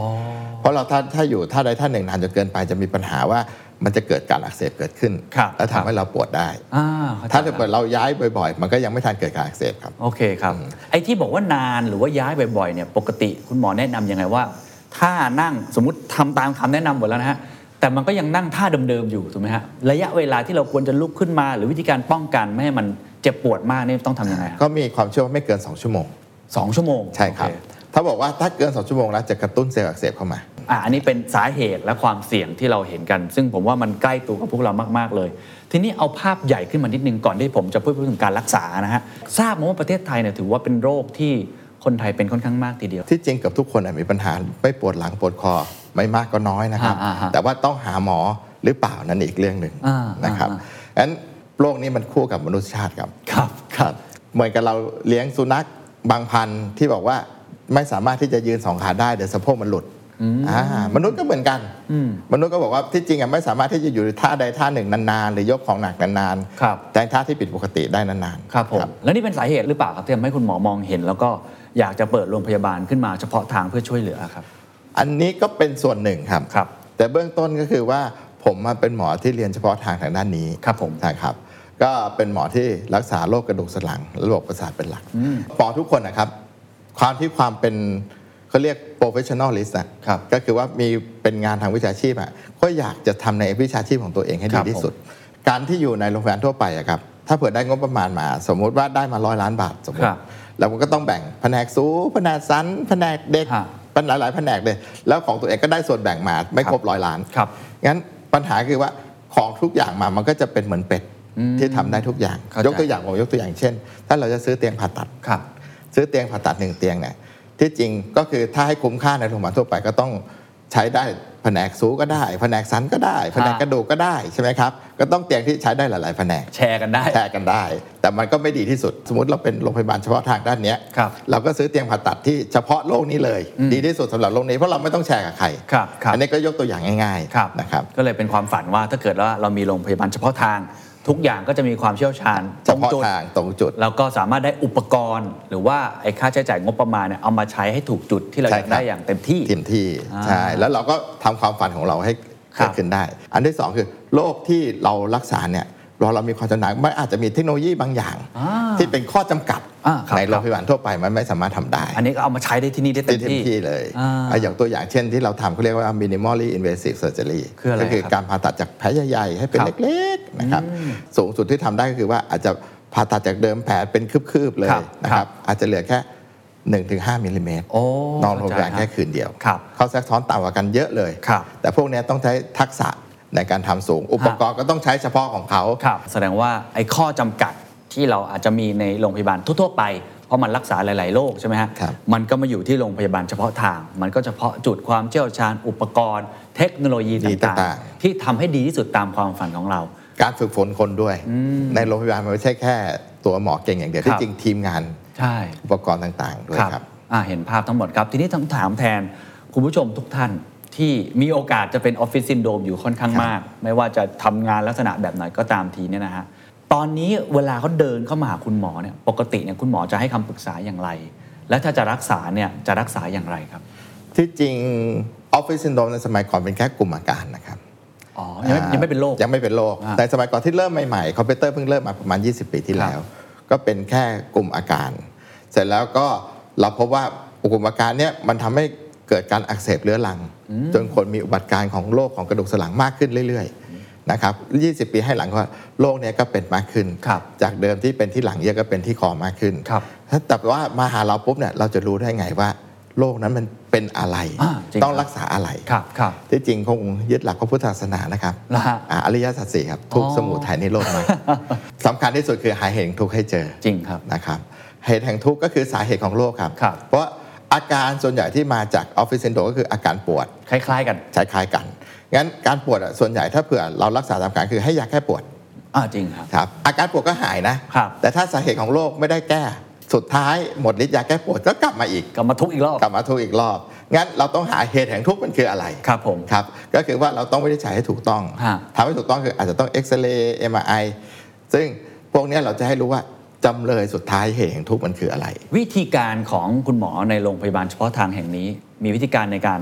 Speaker 1: เพราะเราถ้าถ้าอยู่ท่าใดท่าหนึ่งนานจนเกินไปจะมีปัญหาว่ามันจะเกิดการอักเสบเกิดขึ้น
Speaker 2: ครับ
Speaker 1: และ
Speaker 2: ครั
Speaker 1: ทำ
Speaker 2: บ
Speaker 1: ให้เราปวดได้
Speaker 2: อ่าข้ใจ
Speaker 1: ถ้าเกิด
Speaker 2: แล้ว
Speaker 1: เราย้ายบ่อยๆ มันก็ยังไม่ทันเกิดการอักเสบครับ
Speaker 2: โอเคครับ ไอ้ที่บอกว่านานหรือว่าย้ายบ่อยๆเนี่ยปกติคุณหมอแนะนำยังไงว่า ถ้านั่งสมมติทำตามคำแนะนำหมดแล้วนะฮะแต่มันก็ยังนั่งท่าเดิมๆอยู่ถูกไหมฮะระยะเวลาที่เราควรจะลุกขึ้นมา หรือวิธีการป้องกันไม่ให้มันเจ็บปวดมากเนี่ยต้องทำยังไงฮะ
Speaker 1: ก็มีความเชื่อว่าไม่เกิน 2 ชั่วโมง
Speaker 2: สองชั่วโมง
Speaker 1: ใช่ครับ
Speaker 2: โอเ
Speaker 1: ถ้าบอกว่าถ้าเกิน 2 ชั่วโมงแล้วจะกระตุ้นเซลล์อักเสบเข้ามา
Speaker 2: อ่ะอันนี้เป็นสาเหตุและความเสี่ยงที่เราเห็นกัน ซึ่งผมว่ามันใกล้ตัวกับพวกเรามาก ๆ เลย ทีนี้เอาภาพใหญ่ขึ้นมานิดนึงก่อนที่ผมจะพูดถึงการรักษานะฮะ ทราบมาว่าประเทศไทยเนี่ยถือว่าเป็นโรคที่คนไทยเป็นค่อนข้างมากทีเดียว
Speaker 1: ที่จริงเกับทุกคนน่ะมีปัญหาไม่ปวดหลังปวดคอไม่มากก็น้อยนะครับ
Speaker 2: อ่าอ่าฮะ
Speaker 1: แต่ว่าต้องหาหมอหรือเปล่านั่นอีกเรื่องหนึ่ง
Speaker 2: อ่าอ่า
Speaker 1: นะครับ
Speaker 2: อ่า
Speaker 1: งั้นโรคนี้มันคู่กับมนุษยชาติครับ
Speaker 2: ครับ
Speaker 1: ครับเหมือนกับเราเลี้ยงสุนัขบางพันธุ์ที่บอกว่าไม่สามารถที่จะยืนสองขาได้เดี๋ยวสะโพกมันหลุดอ่ามนุษย์ก็เหมือนกันมนุษย์ก็บอกว่าที่จริงอ่ะไม่สามารถที่จะอยู่ในท่าใดท่าหนึ่งนานๆ หรือยกของหนักนาน
Speaker 2: ครับ
Speaker 1: แต่ท่าที่ผิดปกติได้นานๆ
Speaker 2: ครับผม แล้วนี่เป็นสาเหตุหรือเปล่าครับที่ทำให้คุณหมอมองเห็น แล้วก็ อยากจะเปิดโรงพยาบาลขึ้นมาเฉพาะทางเพื่อช่วยเหลือครับ
Speaker 1: อันนี้ก็เป็นส่วนหนึ่งครับ
Speaker 2: ครับ
Speaker 1: แต่เบื้องต้นก็คือว่าผมมาเป็นหมอที่เรียนเฉพาะทางทางด้านนี้
Speaker 2: ครับผม
Speaker 1: นะครับ ก็เป็นหมอที่รักษาโรคกระดูกสันหลังและระบบประสาทเป็นหลักหมอทุกคนนะครับ ความที่ความเป็นเขาเรียก professionalist อะก็คือว่ามีเป็นงานทางวิชาชีพอะก็อยากจะทำในวิชาชีพของตัวเองให้ดีที่สุด การที่อยู่ในโรงพยาบาลทั่วไปอะครับ ถ้าเผื่อได้งบประมาณมา สมมุติว่าได้มาร้อยล้านบาทสมม
Speaker 2: ครั
Speaker 1: ติ
Speaker 2: บ
Speaker 1: แล้วมันก็ต้องแบ่งแผนกสูงแผนกสันแผนกเด็ก
Speaker 2: ฮะ
Speaker 1: เป็นหลายๆแผนกเลย แล้วของตัวเองก็ได้ส่วนแบ่งมาไม่ครบร้อยล้าน
Speaker 2: ครับ
Speaker 1: งั้นปัญหาคือว่าของทุกอย่างมามันก็จะเป็นเหมือนเป็ดที่ทำได้ทุกอย่าง
Speaker 2: เข้าใจ
Speaker 1: ยกตัวอย่างผมยกตัวอย่างเช่น ถ้าเราจะซื้อเตียงผ่าตัด
Speaker 2: ครับ
Speaker 1: ซื้อเตียงผ่าตัดหนึ่งเตียงเนี่ยที่จริงก็คือถ้าให้คุ้มค่าในโรงพยาบาลทั่วไปก็ต้องใช้ได้แผนกสูก็ได้ แผนกสันก็ได้ แผนกกระดูกก็ได้ใช่ไหมครับก็ต้องเตียงที่ใช้ได้หลาย ๆ แผนก
Speaker 2: แชร์กันได้
Speaker 1: แชร์กันได้ แต่มันก็ไม่ดีที่สุด สมมติเราเป็นโรงพยาบาลเฉพาะทางด้านเนี้ย
Speaker 2: ครับ
Speaker 1: เราก็ซื้อเตียงผ่าตัดที่เฉพาะโรคนี้เลย ดีที่สุดสำหรับโรคนี้เพราะเราไม่ต้องแชร์กับใคร
Speaker 2: ครับครับ
Speaker 1: อันนี้ก็ยกตัวอย่างง่าย
Speaker 2: ครับ
Speaker 1: ๆนะครับ
Speaker 2: ก็เลยเป็นความฝันว่าถ้าเกิดว่าเรามีโรงพยาบาลเฉพาะทาง ทุกอย่างก็จะมีความเชี่ยวชาญ
Speaker 1: เฉพาะ
Speaker 2: ตรงจุด
Speaker 1: ทางตรงจุด
Speaker 2: แล้วก็สามารถได้อุปกรณ์ หรือว่าไอ้ค่าใช้จ่ายงบประมาณเนี่ยเอามาใช้ให้ถูกจุดที่เราอยากได้
Speaker 1: ใช่ครับ
Speaker 2: อย่างเต็มที่
Speaker 1: เต็มที่
Speaker 2: อ่า
Speaker 1: ใช่แล้วเราก็ทำความฝันของเราให้
Speaker 2: ครั
Speaker 1: เกิ
Speaker 2: บ
Speaker 1: ดขึ้นได้ อันที่สองคือโรคที่เรารักษาเนี่ยเราเรามีความจำหนายมันอาจจะมีเทคโนโลยีบางอย่าง
Speaker 2: อ่า
Speaker 1: ที่เป็นข้อจำกัด
Speaker 2: อ่าครับ
Speaker 1: ในโร
Speaker 2: ครั
Speaker 1: ง
Speaker 2: บ
Speaker 1: พยาบาลทั่วไปมันไม่สามารถทำได้
Speaker 2: อันนี้ก็เอามาใช้ได้ที่นี่ได้เต็
Speaker 1: เต็ม
Speaker 2: มที่
Speaker 1: ที่เลย
Speaker 2: อ่า
Speaker 1: อ่ะอย่างตัวอย่างเช่นที่เราทำเขาเรียกว่า minimally invasive surgery
Speaker 2: คืออะไร
Speaker 1: ก็คือ
Speaker 2: ครับ
Speaker 1: การผ่าตัดจากแผลใหญ่ๆ ให้เป็น
Speaker 2: ครับ
Speaker 1: เล็กๆนะครับสูงสุดที่ทำได้ก็คือว่าอาจจะผ่าตัดจากเดิมแผลเป็นคืบๆเลย
Speaker 2: ครับ
Speaker 1: นะ
Speaker 2: ค
Speaker 1: ค
Speaker 2: รั
Speaker 1: รั
Speaker 2: บบ
Speaker 1: อาจจะเหลือแค่ 1-5มิลลิเมตร
Speaker 2: โอ้
Speaker 1: นอนโรงพยาบาล
Speaker 2: เข้าใจครับ
Speaker 1: แค่คืนเดียว
Speaker 2: ครับ
Speaker 1: เข้าแทรกซ้อนต่ำกว่ากันเยอะเลย
Speaker 2: ครับ
Speaker 1: แต่พวกเนี้ยต้องใช้ทักษะในการทำสูง อุปกรณ์ก็ต้องใช้เฉพาะของเขา
Speaker 2: ครับแสดงว่าไอ้ข้อจำกัดที่เราอาจจะมีในโรงพยาบาลทั่วๆไป เพราะมันรักษาหลาย ๆ โรคใช่ไหมฮะ
Speaker 1: ครับ
Speaker 2: มันก็มาอยู่ที่โรงพยาบาลเฉพาะทาง มันก็เฉพาะจุดความเชี่ยวชาญอุปกรณ์ เทคโนโลยี
Speaker 1: ดี
Speaker 2: ต่า
Speaker 1: ต่าง งๆ
Speaker 2: ๆ ที่ทำให้ดีที่สุดตามความฝันของเรา
Speaker 1: การฝึกฝนคนด้วย ในโรงพยาบาลมันไม่ใช่แค่ตัวหมอเก่งอย่างเดียว
Speaker 2: ครั
Speaker 1: ที่
Speaker 2: บ
Speaker 1: จริงทีมงาน
Speaker 2: ใช่
Speaker 1: อุปกรณ์ต่างๆด้วยครับ
Speaker 2: อ่าเห็นภาพทั้งหมดครับ ทีนี้ต้องถามแทนคุณผู้ชมทุกท่านที่มีโอกาสจะเป็นออฟฟิศซินโดรมอยู่ค่อนข้างมาก ไม่ว่าจะทำงานลักษณะแบบไหนก็ตามทีเนี่ยนะฮะตอนนี้เวลาเขาเดินเข้ามาหาคุณหมอเนี่ยปกติเนี่ยคุณหมอจะให้คำปรึกษาอย่างไร และถ้าจะรักษาเนี่ยจะรักษาอย่างไรครับ
Speaker 1: ที่จริงออฟฟิศซินโดรมในสมัยก่อนเป็นแค่กลุ่มอาการนะครับ
Speaker 2: อ๋อยังไม่ยังไม่เป็นโรค
Speaker 1: ยังไม่เป็นโรค
Speaker 2: อ่า
Speaker 1: ในสมัยก่อนที่เริ่มใหม่ๆคอมพิวเตอร์เพิ่งเริ่มมาประมาณ 20 ปีที่แล้ว
Speaker 2: ครับ
Speaker 1: ก็เป็นแค่กลุ่มอาการ เสร็จแล้วก็เราพบว่ากลุ่มอาการเนี่ยมันทำให้เกิดการอักเสบเรื้อรัง จนคนมีอุบัติการณ์ของโรคของกระดูกสันหลังมากขึ้นเรื่อยๆนะครับ 20 ปีให้หลังก็โรคเนี้ยก็เป็นมากขึ้น
Speaker 2: ครับ
Speaker 1: จากเดิมที่เป็นที่หลังเยอะก็เป็นที่คอมากขึ้น
Speaker 2: ครับ
Speaker 1: ถ้าแต่ว่ามาหาเราปุ๊บเนี่ยเราจะรู้ได้ไงว่าโรคนั้นมันเป็นอะไร
Speaker 2: อ่าจริง
Speaker 1: ต้อง
Speaker 2: ครับ
Speaker 1: รักษาอะไร
Speaker 2: ครับครับ
Speaker 1: ที่จริงคงยึดหลักพระพุทธศาสนานะครับ
Speaker 2: นะฮะ
Speaker 1: อ่าอริยสัจสี่ครับ ทุก
Speaker 2: อ๋
Speaker 1: ข์
Speaker 2: อ
Speaker 1: สมุทัยนิโรธมรร
Speaker 2: [laughs]
Speaker 1: คสำคัญที่สุดคือหาเหตุแห่งทุกข์ให้เจอ
Speaker 2: จริงครับ
Speaker 1: นะครับเหตุแห่งทุกข์ก็คือสาเหตุของโรคครับ
Speaker 2: ครับ
Speaker 1: เพราะอาการส่วนใหญ่ที่มาจากออฟฟิศซินโดรมก็คืออาการปวด
Speaker 2: คล้าย ๆ กัน
Speaker 1: คล้ายๆกัน งั้นการปวดอะส่วนใหญ่ถ้าเผื่อเรารักษาตามการคือให้ยาแก้ปวด
Speaker 2: อ่าจริงครับ
Speaker 1: ครับอาการปวดก็หายนะ
Speaker 2: ครับ
Speaker 1: แต่ถ้าสาเหตุของโรคไม่ได้แก้ สุดท้ายหมดฤทธิ์ยาแก้ปวดก็กลับมาอีก
Speaker 2: กลับมาทุกข์อีกรอบ
Speaker 1: กลับมาทุกข์อีกรอบ งั้นเราต้องหาเหตุแห่งทุกข์มันคืออะไร
Speaker 2: ครับผม
Speaker 1: ครับ ก็คือว่าเราต้องวินิจฉัยให้ถูกต้อง
Speaker 2: ฮะ
Speaker 1: ทำให้ถูกต้องคืออาจจะต้องเอ็กซเรย์เอ็มไอซึ่งพวกเนี้ยเราจะให้รู้ว่าจำเลยสุดท้ายเหตุแห่งทุกข์มันคืออะไร
Speaker 2: วิธีการของคุณหมอในโรงพยาบาลเฉพาะทางแห่งนี้ มีวิธีการในการ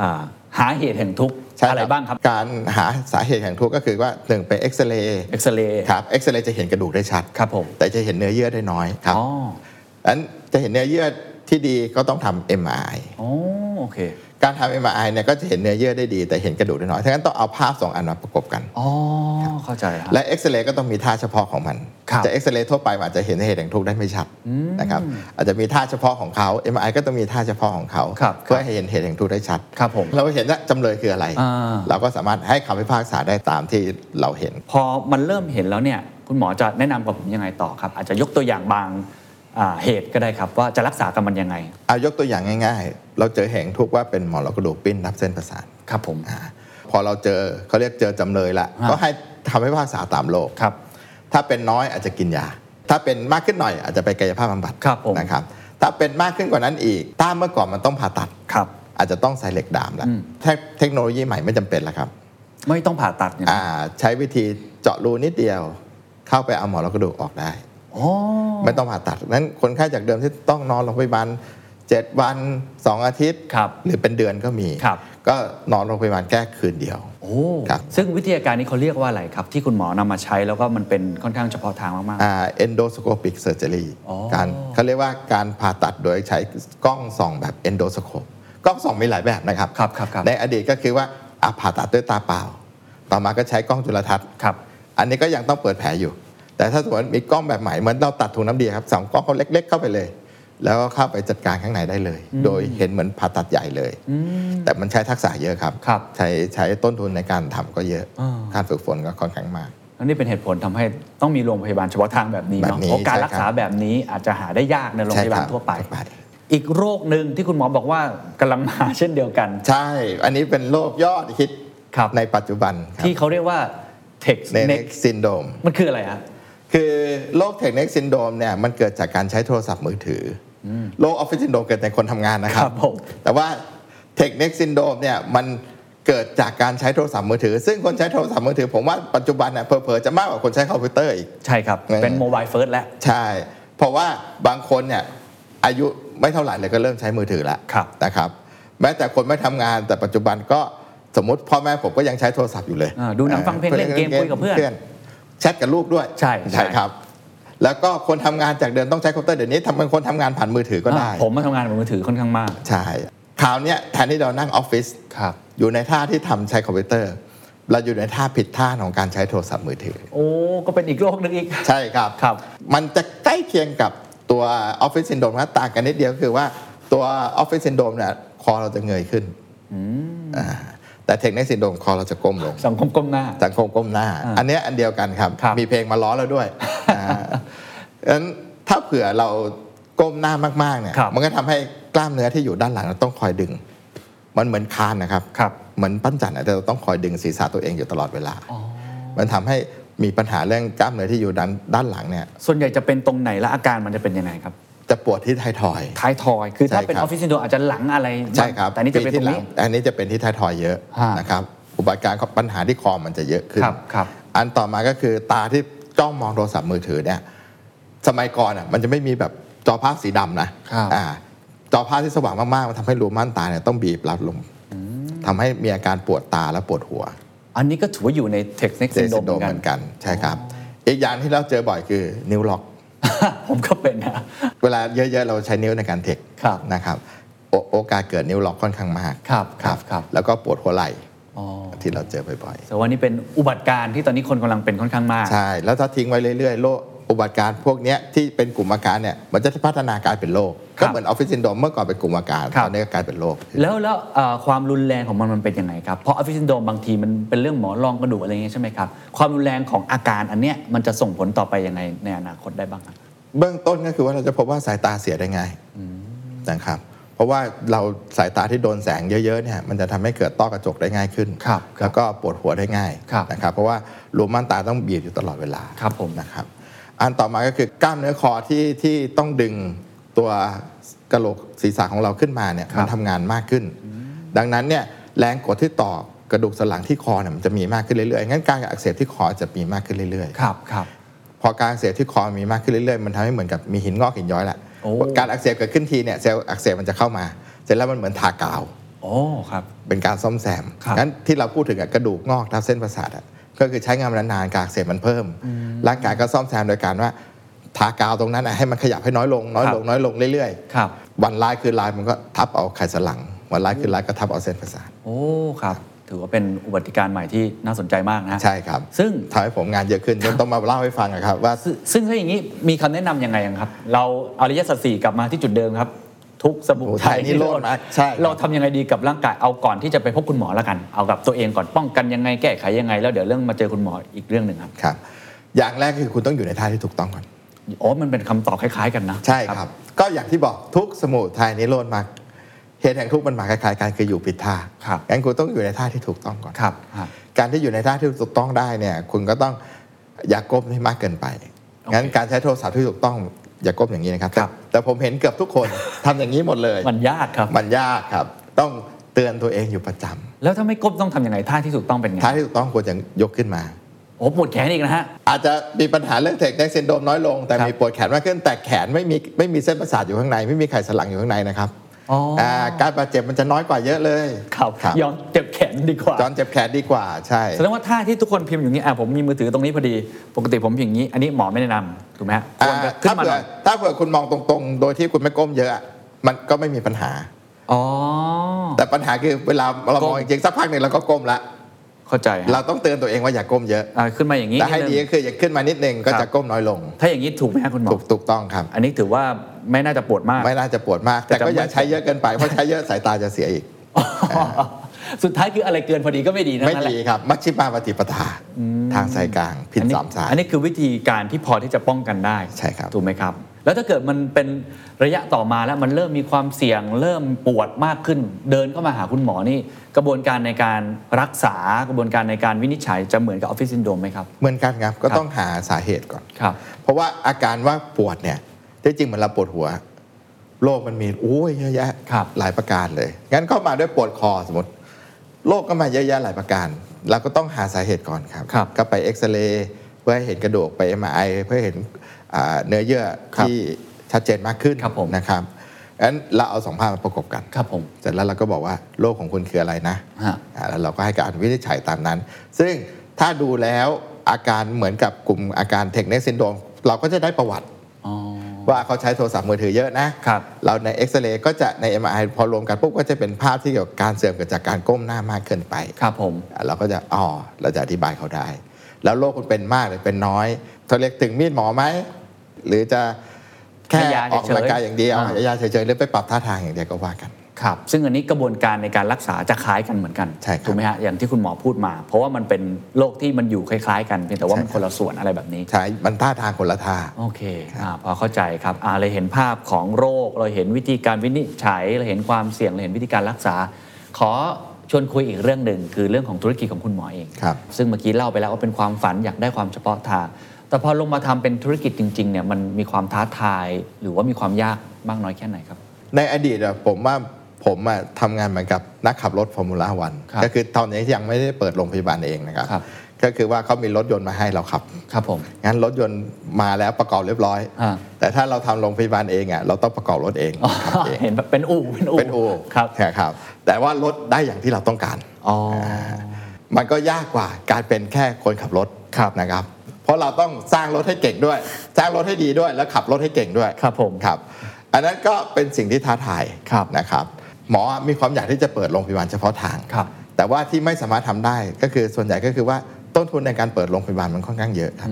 Speaker 2: อ่าหาเหตุแห่งทุกข์
Speaker 1: ใช่
Speaker 2: อะไรบ้างครับ
Speaker 1: การหาสาเหตุแห่งทุกข์ก็คือว่าหนึ่งไปเอ็กซเรย์
Speaker 2: เอ็กซเรย์
Speaker 1: ครับเอ็กซเรย์จะเห็นกระดูกได้ชัด
Speaker 2: ครับผม
Speaker 1: แต่จะเห็นเนื้อเยื่อได้น้อยครับ
Speaker 2: อ๋อ
Speaker 1: อันจะเห็นเนื้อเยื่อที่ดีก็ต้องทำ MRI
Speaker 2: อ๋อโอเค
Speaker 1: การทำ MRI เนี่ยก็จะเห็นเนื้อเยื่อได้ดี แต่เห็นกระดูกได้น้อยฉะนั้นต้องเอาภาพสองอันมาประกบกัน
Speaker 2: อ๋อเข้าใจครับ
Speaker 1: และเอ็กซเรย์ก็ต้องมีท่าเฉพาะของมัน
Speaker 2: ครับ
Speaker 1: จะเอ็กซเรย์ทั่วไปอาจจะเห็นเหตุแห่งทุกข์ได้ไม่ชัดนะครับ อาจจะมีท่าเฉพาะของเขา MRI ก็ต้องมีท่าเฉพาะของเขา
Speaker 2: ครับ
Speaker 1: เพื่อให้เห็นเหตุแห่งทุกข์ได้ชัด
Speaker 2: ครับผม
Speaker 1: เราเห็นว่าจำเลยคืออะไร
Speaker 2: อ่า
Speaker 1: เราก็สามารถให้คำพิพากษาได้ตามที่เราเห็น
Speaker 2: พอมันเริ่มเห็นแล้วเนี่ยคุณหมอจะแนะนำกับผมยังไงต่อครับ อาจจะยกตัวอย่างบางอ่าเหตุก็ได้ครับ ว่าจะรักษากับมันยังไง
Speaker 1: เอายกตัวอย่างง่าย ๆ เราเจอเหตุแห่งทุกข์ว่าเป็นหมอนรองกระดูกปิ้นทับเส้นประสาท
Speaker 2: ครับผม
Speaker 1: อ่าพอเราเจอเขาเรียกเจอจำเลยละก็ให้คำพิพากษาตามโลก
Speaker 2: ครับ
Speaker 1: ถ้าเป็นน้อยอาจจะกินยา ถ้าเป็นมากขึ้นหน่อยอาจจะไปกายภาพบำบัด
Speaker 2: ครับผม
Speaker 1: นะครับ ถ้าเป็นมากขึ้นกว่านั้นอีก ถ้าเมื่อก่อนมันต้องผ่าตัด
Speaker 2: ครับ
Speaker 1: อาจจะต้องใส่เหล็กดามแล้ว
Speaker 2: อืม
Speaker 1: ถ้าเทคโนโลยีใหม่ไม่จำเป็นแล้วครับ
Speaker 2: ไม่ต้องผ่าตัดเนี่ยนะ
Speaker 1: อ่าใช้วิธีเจาะรูนิดเดียว เข้าไปเอาหมอนรองกระดูกออกได้
Speaker 2: อ๋อ
Speaker 1: ไม่ต้องผ่าตัดนั้นคนไข้จากเดิมที่ต้องนอนโรงพยาบาล7วัน 2 อาทิตย์
Speaker 2: ครับ
Speaker 1: หรือเป็นเดือนก็มี
Speaker 2: ครับ
Speaker 1: ก็นอนโรงพยาบาลแค่คืนเดียว
Speaker 2: โอ้
Speaker 1: ครับ
Speaker 2: ซึ่งวิทยาการนี้เขาเรียกว่าอะไรครับ ที่คุณหมอนำมาใช้แล้วก็มันเป็นค่อนข้างเฉพาะทางมาก
Speaker 1: อ่า endoscopic surgery
Speaker 2: อ๋อ
Speaker 1: การเขาเรียกว่าการผ่าตัดโดยใช้กล้องส่องแบบ endoscope กล้องส่องมีหลายแบบนะครับ
Speaker 2: ๆ ครับครับครับ
Speaker 1: ในอดีตก็คือว่าอ่ะผ่าตัดด้วยตาเปล่า ต่อมาก็ใช้กล้องจุลทรรศน์
Speaker 2: ครับ
Speaker 1: อันนี้ก็ยังต้องเปิดแผลอยู่ แต่ถ้าสมมติมีกล้องแบบใหม่เหมือนเราตัดถุงน้ำดีครับสองกล้องเขาเล็ก ๆ เข้าไปเลย แล้วก็เข้าไปจัดการข้างในได้เลย โดยเห็นเหมือนผ่าตัดใหญ่เลย แต่มันใช้ทักษะเยอะครับ
Speaker 2: ครับ
Speaker 1: ใช้ใช้ต้นทุนในการทำก็เยอะ
Speaker 2: อ่า
Speaker 1: การฝึกฝนก็ค่อนข้างมาก
Speaker 2: แล้วนี่เป็นเหตุผลทำให้ต้องมีโรงพยาบาลเฉพาะทางแบบนี้
Speaker 1: แบ
Speaker 2: เนาะ
Speaker 1: บนี้
Speaker 2: เพราะการ
Speaker 1: ใช่ครับ
Speaker 2: รักษาแบบนี้อาจจะหาได้ยากในโรงพยาบาลทั่วไป
Speaker 1: ใช่ครับ
Speaker 2: อีกโรคหนึ่งที่คุณหมอบอกว่ากำลังมา เช่นเดียวกัน
Speaker 1: ใช่ อันนี้เป็นโรคยอดฮิต
Speaker 2: ครับ
Speaker 1: ในปัจจุบันครับ
Speaker 2: ที่เขาเรียกว่า text
Speaker 1: เน็
Speaker 2: neck
Speaker 1: กซินโดม
Speaker 2: มันคืออะไรฮะ
Speaker 1: คือโรคเทคเน็กซินโดมเนี่ยมันเกิดจากการใช้โทรศัพท์มือถืออโรคออฟฟิศซินโดมเกิดในคนทำงานนะครั
Speaker 2: ครับ บผม
Speaker 1: แต่ว่าเทคเน็กซินโดมเนี่ยมันเกิดจากการใช้โทรศัพท์มือถือ ซึ่งคนใช้โทรศัพท์มือถือ ผมว่าปัจจุบันเนี่ยเผลอๆจะมากกว่าคนใช้คอมพิวเตอร์อีก
Speaker 2: ใช่ครับ
Speaker 1: เออ
Speaker 2: เป็นโมบายเฟิร์สแล้ว
Speaker 1: ใช่ เพราะว่าบางคนเนี่ยอายุไม่เท่าไหร่เลยก็เริ่มใช้มือถือแล้ว
Speaker 2: ครับ
Speaker 1: นะครับ แม้แต่คนไม่ทำงานแต่ปัจจุบันก็สมมติพ่อแม่ผมก็ยังใช้โทรศัพท์อยู่เลย
Speaker 2: อ่าดูหนังฟังเพลงเล่นเกมคุยกับเพื่อน
Speaker 1: แชทกับลูกด้วย
Speaker 2: ใช่ใช่
Speaker 1: ใช่ครับ แล้วก็คนทำงานจากเดิมต้องใช้คอมพิวเตอร์เดี๋ยวนี้ทำเป็นคนทำงานผ่านมือถือก็ได้
Speaker 2: อ่ะผมมาทำงานบนมือถือค่อนข้างมาก
Speaker 1: ใช่คราวเนี้ยแทนที่เรานั่งออฟฟิศ
Speaker 2: ครับ
Speaker 1: อยู่ในท่าที่ทำใช้คอมพิวเตอร์ เราอยู่ในท่าผิดท่าของการใช้โทรศัพท์มือถือ
Speaker 2: โอ้ ก็เป็นอีกโรคหนึงอีก
Speaker 1: ใช่ครับ
Speaker 2: ครับ
Speaker 1: มันจะใกล้เคียงกับตัวออฟฟิศซินโดมนะต่างกันนิดเดียวคือว่าตัวออฟฟิศซินโดมเนี่ยคอเราจะเงยขึ้นอ่าแต่เทคนิคซินโดมคอเราจะก้มลง
Speaker 2: สังคมก้มหน้า
Speaker 1: สังคมก้มหน้า
Speaker 2: อ่า
Speaker 1: อันเนี้ยอันเดียวกันครับ
Speaker 2: ครับ
Speaker 1: มีเพลงมาล้อเรา
Speaker 2: [laughs]
Speaker 1: ด้วยอ่างั้นถ้าเผื่อเราก้มหน้ามากๆเนี่ย
Speaker 2: ครับ
Speaker 1: มันก็ทำให้กล้ามเนื้อที่อยู่ด้านหลังเราต้องคอยดึง มันเหมือนคานนะครับ
Speaker 2: ครับ
Speaker 1: เหมือนปั้นจันทร์อะแต่เราต้องคอยดึงศีรษะตัวเองอยู่ตลอดเวลา มันทำให้มีปัญหาเรื่องกล้ามเนื้อที่อยู่ด้านด้านหลังเนี่ย
Speaker 2: ส่วนใหญ่จะเป็นตรงไหนและอาการมันจะเป็นยังไงครับ
Speaker 1: จะปวดที่ไทายทอย
Speaker 2: ท้ายทอย คือถ้าเป็น
Speaker 1: ใช่ค
Speaker 2: อ
Speaker 1: รับ
Speaker 2: อฟฟิศซินโดรมอาจจะหลังอะไราง
Speaker 1: ใช่ครับ
Speaker 2: แต่นี่จะเป็นตรง
Speaker 1: ที่หลั
Speaker 2: นี้
Speaker 1: อันนี้จะเป็นที่ไทายทอยเยอะ
Speaker 2: ฮะ
Speaker 1: นะครับอุบัติการณ์ของปัญหาที่คอมันจะเยอะขึ้น
Speaker 2: ครับครับ
Speaker 1: อันต่อมาก็คือตาที่จ้องมองโทรศัพท์มือถือเนี่ยสมัยก่อนอ่ะมันจะไม่มีแบบจอภาพสีดำนะครับ อ่าจอภาพที่สว่างมากๆมันทำให้รูม่านตาเนี่ยต้องบีบรัดลงทำให้มีอาการปวดตาและปวดหัว
Speaker 2: อันนี้ก็ถือว่าอยู่ในเทคนิค
Speaker 1: เจ
Speaker 2: ซิ
Speaker 1: ส
Speaker 2: นโดรม
Speaker 1: โดม
Speaker 2: เห
Speaker 1: เหมื
Speaker 2: มือ
Speaker 1: อน น
Speaker 2: กัน
Speaker 1: กันใช่ครับอีกอย่างที่เราเจอบ่อยคือนิ้วล็อก
Speaker 2: [laughs] ผมก็เป็นนะ
Speaker 1: เวลาเยอะๆ เราใช้นิ้วในการเทค
Speaker 2: ครับ
Speaker 1: นะครับโอโอกาสเกิดนิ้วล็อกค่อนข้างมาก
Speaker 2: ครับครับครับ
Speaker 1: แล้วก็ปวดหัวไหล่
Speaker 2: อ๋อ
Speaker 1: ที่เราเจอบ่อย
Speaker 2: แต่ว่านี่เป็นอุบัติการณ์ที่ตอนนี้คนกำลังเป็นค่อนข้างมาก
Speaker 1: ๆ ใช่ แล้วถ้าทิ้งไว้เรื่อยๆโรคอุบัติการพวกเนี้ยที่เป็นกลุ่มอาการเนี่ยมันจะพัฒนากลายเป็นโรค
Speaker 2: ครับ
Speaker 1: ก็เหมือนออฟฟิศซินโดรมเมื่อก่อนเป็นกลุ่มอาการ
Speaker 2: ครับ
Speaker 1: ตอนนี้ก็กลายเป็นโรค
Speaker 2: แล้วแล้วเอ่อความรุนแรงของมันมันเป็นยังไงครับ เพราะออฟฟิศซินโดรมบางทีมันเป็นเรื่องหมอรองกระดูกอะไรอย่างเงี้ยใช่ไหมครับ ความรุนแรงของอาการอันเนี้ยมันจะส่งผลต่อไปยังไงในอนาคตได้บ้างครับ
Speaker 1: เบื้องต้นก็คือว่าเราจะพบว่าสายตาเสียได้ง่ายนะครับ เพราะว่าเราสายตาที่โดนแสงเยอะๆเนี่ยมันจะทำให้เกิดต้อกระจกได้ง่ายขึ้น
Speaker 2: ครับ
Speaker 1: แล้วก็ปวดหัวได้ง่าย
Speaker 2: ครับ
Speaker 1: นะครับเพราะว่ารูม่านตาต้องบีบอยู่ตลอดเวลา
Speaker 2: ครับผม
Speaker 1: นะครับอันต่อมาก็คือกล้ามเนื้อคอที่ที่ต้องดึงตัวกระโหลกศีรษะของเราขึ้นมาเนี่ย
Speaker 2: ครับ
Speaker 1: มันทำงานมากขึ้น ดังนั้นเนี่ยแรงกดที่ต่อกระดูกสันหลังที่คอเนี่ยมันจะมีมากขึ้นเรื่อยๆงั้นการอักเสบที่คอจะมีมากขึ้นเรื่อย
Speaker 2: ครับครับ
Speaker 1: ๆ พอการอักเสบที่คอมีมากขึ้นเรื่อยๆ มันทำให้เหมือนกับมีหินงอกหินย้อยแหละ
Speaker 2: โอ้
Speaker 1: การอักเสบเกิดขึ้นทีเนี่ยเซลล์อักเสบมันจะเข้ามา เสร็จแล้วมันเหมือนทากาว
Speaker 2: โอ้ครับ
Speaker 1: เป็นการซ่อมแซม
Speaker 2: ครับ
Speaker 1: งั้นที่เราพูดถึงอะกระดูกงอกทับเส้นประสาทอะก็คือใช้งานมานานๆการอักเสบมันเพิ่ม ร่างกายก็ซ่อมแซมโดยการว่า ทากาวตรงนั้นอะให้มันขยับให้น้อยลงน้อยลง
Speaker 2: ครับ
Speaker 1: น้อยลงเรื่อย
Speaker 2: ครับ
Speaker 1: ๆ วันลายคือลายมันก็ทับเอาไขสันหลัง วันลายคือลายก็ทับเอาเส้นประสาท
Speaker 2: โอ้ครับ ถือว่าเป็นอุบัติการณ์ใหม่ที่น่าสนใจมากนะ
Speaker 1: ใช่ครับ
Speaker 2: ซึ่ง
Speaker 1: ทำให้ผมงานเยอะขึ้นจนต้องมาเล่าให้ฟังอะครับว่า
Speaker 2: ซึ่งซึ่งถ้าอย่างนี้มีคำแนะนำยังไงครับ เราอริยสัจสี่กลับมาที่จุดเดิมครับ ทุกข์สมุ
Speaker 1: โอ้
Speaker 2: ทัย
Speaker 1: ไทยนี่โลดนะใช่
Speaker 2: เราทำยังไงดีกับร่างกายเอาก่อนที่จะไปพบคุณหมอแล้วกัน เอากับตัวเองก่อนป้องกันยังไงแก้ไขยังไง แล้วเดี๋ยวเรื่องมาเจอคุณหมออีกเรื่องหนึ่งครับ
Speaker 1: ครับ อย่างแรกคือคุณต้องอยู่ในท่าที่ถูกต้องก่อน
Speaker 2: โอ้มันเป็นคำตอบคล้าย ๆ กันนะ
Speaker 1: ใช่ครับ ก็อย่างที่บอกทุกข์สมุทัยนิโรธมรรคเหตุแห่งทุกข์มันมาคล้ายๆกันคืออยู่ผิดท่า
Speaker 2: ครับ
Speaker 1: งั้นคุณต้องอยู่ในท่าที่ถูกต้องก่อน
Speaker 2: ครับครับ
Speaker 1: การที่อยู่ในท่าที่ถูกต้องได้เนี่ยคุณก็ต้องอย่าก้มให้มากเกินไป
Speaker 2: โอเค
Speaker 1: งั้นการใช้โทรศัพท์ที่ถูกต้องอย่าก้มอย่างนี้นะครับ
Speaker 2: ครับ
Speaker 1: แต่แต่ผมเห็นเกือบทุกคน [laughs] ทำอย่างนี้หมดเลย
Speaker 2: มันยากครับ
Speaker 1: มันยากครับ ต้องเตือนตัวเองอยู่ประจำ
Speaker 2: แล้วถ้าไม่ก้มต้องทำยังไงท่าที่ถูกต้องเป็นไง
Speaker 1: ท่าที่ถูกต้องควรจะยกขึ้นมา
Speaker 2: โอ้ปวดแขนอีกนะฮะ
Speaker 1: อาจจะมีปัญหาเรื่องเทคนิคซินโดมน้อยลง แต่
Speaker 2: ครับ
Speaker 1: มีปวดแขนมากขึ้นแต่แขนไม่มีไม่มีเส้นประสาทอยู่ข้างใน ไม่มีไขสันหลังอยู่ข้างในนะครับ
Speaker 2: อ๋ออ่
Speaker 1: าการบาดเจ็บมันจะน้อยกว่าเยอะเลย
Speaker 2: ครับยอมเจ็บแขนดีกว่า
Speaker 1: จอนเจ็บแขนดีกว่าใช่
Speaker 2: แสดงว่าท่าที่ทุกคนพิมพ์อยู่นี้อ่ะผมมีมือถือตรงนี้พอดี ปกติผมพิมพ์อย่างนี้ อันนี้หมอไม่แนะนำถูกไหมฮะควรจะ
Speaker 1: อ่า
Speaker 2: ขึ้
Speaker 1: ถ้าน
Speaker 2: มาห
Speaker 1: เผื่
Speaker 2: น่
Speaker 1: อ
Speaker 2: อย
Speaker 1: ถ้าเผื่อคุณมองตรงๆ โดยที่คุณไม่ก้มเยอะอะมันก็ไม่มีปัญหา
Speaker 2: อ๋อ
Speaker 1: แต่ปัญหาคือเวลาเรามอง
Speaker 2: ก้ม
Speaker 1: จริงๆสักพักหนึ่งเราก็ก้มละ
Speaker 2: เข้าใจฮะ
Speaker 1: เราต้องเตือนตัวเองว่าอย่าก้มเยอะ
Speaker 2: อ่ะขึ้นมาอย่างนี้
Speaker 1: แต่ให้
Speaker 2: นิ
Speaker 1: ดี
Speaker 2: นึง
Speaker 1: ก็คืออย่าขึ้นมานิดนึงก็
Speaker 2: ครับ
Speaker 1: จะก้มน้อยลง
Speaker 2: ถ้าอย่างนี้ถูกไหมฮะคุณหมอ
Speaker 1: ถูกถูกต้องครับ
Speaker 2: อันนี้ถือว่าไม่น่าจะปวดมาก
Speaker 1: ไม่น่าจะปวดมาก
Speaker 2: แต่
Speaker 1: แต่ก็
Speaker 2: จะไม่
Speaker 1: อย่าใช้เยอะเกินไปเพราะใช้เยอะสายตาจะเสียอีก
Speaker 2: สุดท้ายคืออะไรเกินพอดีก็ไม่ดีนะ
Speaker 1: ไม่
Speaker 2: นั่นแหละ
Speaker 1: ดีครับ มัชชิมาปฏิปทาทางสายกลาง ผิด
Speaker 2: อันนี้
Speaker 1: สามสาย
Speaker 2: อันนี้คือวิธีการที่พอที่จะป้องกันได้
Speaker 1: ใช่ครับ
Speaker 2: ถูกไหมครับ แล้วถ้าเกิดมันเป็นระยะต่อมาแล้วมันเริ่มมีความเสี่ยง เริ่มปวดมากขึ้น เดินเข้ามาหาคุณหมอนี่ กระบวนการในการรักษากระบวนการในการวินิจฉัยจะเหมือนกับออฟฟิศซินโดมไหมครับ
Speaker 1: เหมือนกันครับก็
Speaker 2: ครับ
Speaker 1: ต้องหาสาเหตุก่อน
Speaker 2: ครับ
Speaker 1: เพราะว่าอาการว่าปวดเนี่ยที่จริงเหมือนเราปวดหัวโรคมันมีโอ้ยเยอะแยะ
Speaker 2: ครับ
Speaker 1: หลายประการเลย งั้นเข้ามาด้วยปวดคอสมมติโรคก็มาเยอะแยะหลายประการเราก็ต้องหาสาเหตุก่อนครับ
Speaker 2: ครับ
Speaker 1: ก็ไปเอ็กซเรย์เพื่อให้เห็นกระดูกไป MRI เพื่อให้เห็นอ่าเนื้อเยื่อ
Speaker 2: ครับ
Speaker 1: ที่ชัดเจนมากขึ้น
Speaker 2: ครับผม
Speaker 1: นะครับงั้นเราเอาสองภาพมาประกบกัน
Speaker 2: ครับผม
Speaker 1: เสร็จแล้วเราก็บอกว่าโรคของคุณคืออะไรนะ
Speaker 2: ฮะ
Speaker 1: อ่าแล้วเราก็ให้การวินิจฉัยตามนั้น ซึ่งถ้าดูแล้วอาการเหมือนกับกลุ่มอาการเทคเน s ซินโดมเราก็จะได้ประวัติ
Speaker 2: อ๋อ
Speaker 1: ว่าเขาใช้โทรศัพท์มือถือเยอะนะ
Speaker 2: ครับ
Speaker 1: เราในเอ็กซเรย์ก็จะใน MRI พอรวมกันปุ๊บก็จะเป็นภาพที่เกี่ยวกับการเสื่อมเกิดจากการก้มหน้ามากเกินไป
Speaker 2: ครับผม
Speaker 1: อ่าเราก็จะอ๋อเราจะอธิบายเขาได้ แล้วโรคคุณเป็นมากหรือเป็นน้อยเขาเรียกถึงมีดหมอไหมหรือจะแค่
Speaker 2: ให้ยาเฉยๆ
Speaker 1: ออกกำลังกายอย่างเดียว
Speaker 2: อ่า
Speaker 1: ให้ยาเฉยๆหรือไปปรับท่าทางอย่างเดียวก็ว่ากัน
Speaker 2: ครับซึ่งอันนี้กระบวนการในการรักษาจะคล้ายกันเหมือนกัน
Speaker 1: ใช่ครับ
Speaker 2: ถูกไหมฮะอย่างที่คุณหมอพูดมา เพราะว่ามันเป็นโรคที่มันอยู่คล้าย ๆ กันเพียงแต่ว่ามัน
Speaker 1: ใช่ครับ
Speaker 2: คนละส่วนอะไรแบบนี้
Speaker 1: ใช้มันท่าทางคนละท่า
Speaker 2: โอเคอาพอเข้าใจครับอ่าเราเห็นภาพของโรค เราเห็นวิธีการวินิจฉัย เราเห็นความเสี่ยง เราเห็นวิธีการรักษา ขอชวนคุยอีกเรื่องหนึ่ง คือเรื่องของธุรกิจของคุณหมอเอง
Speaker 1: ครับ
Speaker 2: ซึ่งเมื่อกี้เล่าไปแล้วว่าเป็นความฝันอยากได้ความเฉพาะทาง แต่พอลงมาทำเป็นธุรกิจจริงๆเนี่ยมันมีความท้าทาย หรือว่ามีความยากมากน้อยแค่ไหนครับ
Speaker 1: ในอดีตอะผมว่าผมอะทำงานเหมือนกับนักขับรถฟอร์มูล่าวัน
Speaker 2: ครับ
Speaker 1: ก็คือตอนนี้ยังไม่ได้เปิดโรงพยาบาลเองนะครับ
Speaker 2: ครับ
Speaker 1: ก็คือว่าเขามีรถยนต์มาให้เราขับ
Speaker 2: ครับผม
Speaker 1: งั้นรถยนต์มาแล้วประกอบเรียบร้อย
Speaker 2: อ่า
Speaker 1: แต่ถ้าเราทำโรงพยาบาลเองอะเราต้องประกอบรถเองขับเอง
Speaker 2: [laughs] เห็นแบบเป็นอู่เป็นอู่
Speaker 1: เป็นโอ
Speaker 2: ครับ
Speaker 1: ใช่ครับ แต่ว่ารถได้อย่างที่เราต้องการ
Speaker 2: อ๋อ
Speaker 1: มันก็ยากกว่าการเป็นแค่คนขับรถ
Speaker 2: ครับ
Speaker 1: นะครับ เพราะเราต้องสร้างรถให้เก่งด้วย สร้างรถให้ดีด้วยแล้วขับรถให้เก่งด้วย
Speaker 2: ครับผม
Speaker 1: ครับ อันนั้นก็เป็นสิ่งที่ท้าทาย
Speaker 2: ครับ
Speaker 1: นะครับ หมอมีความอยากที่จะเปิดโรงพยาบาลเฉพาะทาง
Speaker 2: ครับ
Speaker 1: แต่ว่าที่ไม่สามารถทำได้ก็คือส่วนใหญ่ก็คือว่าต้นทุนในการเปิดโรงพยาบาลมันค่อนข้างเยอะครับ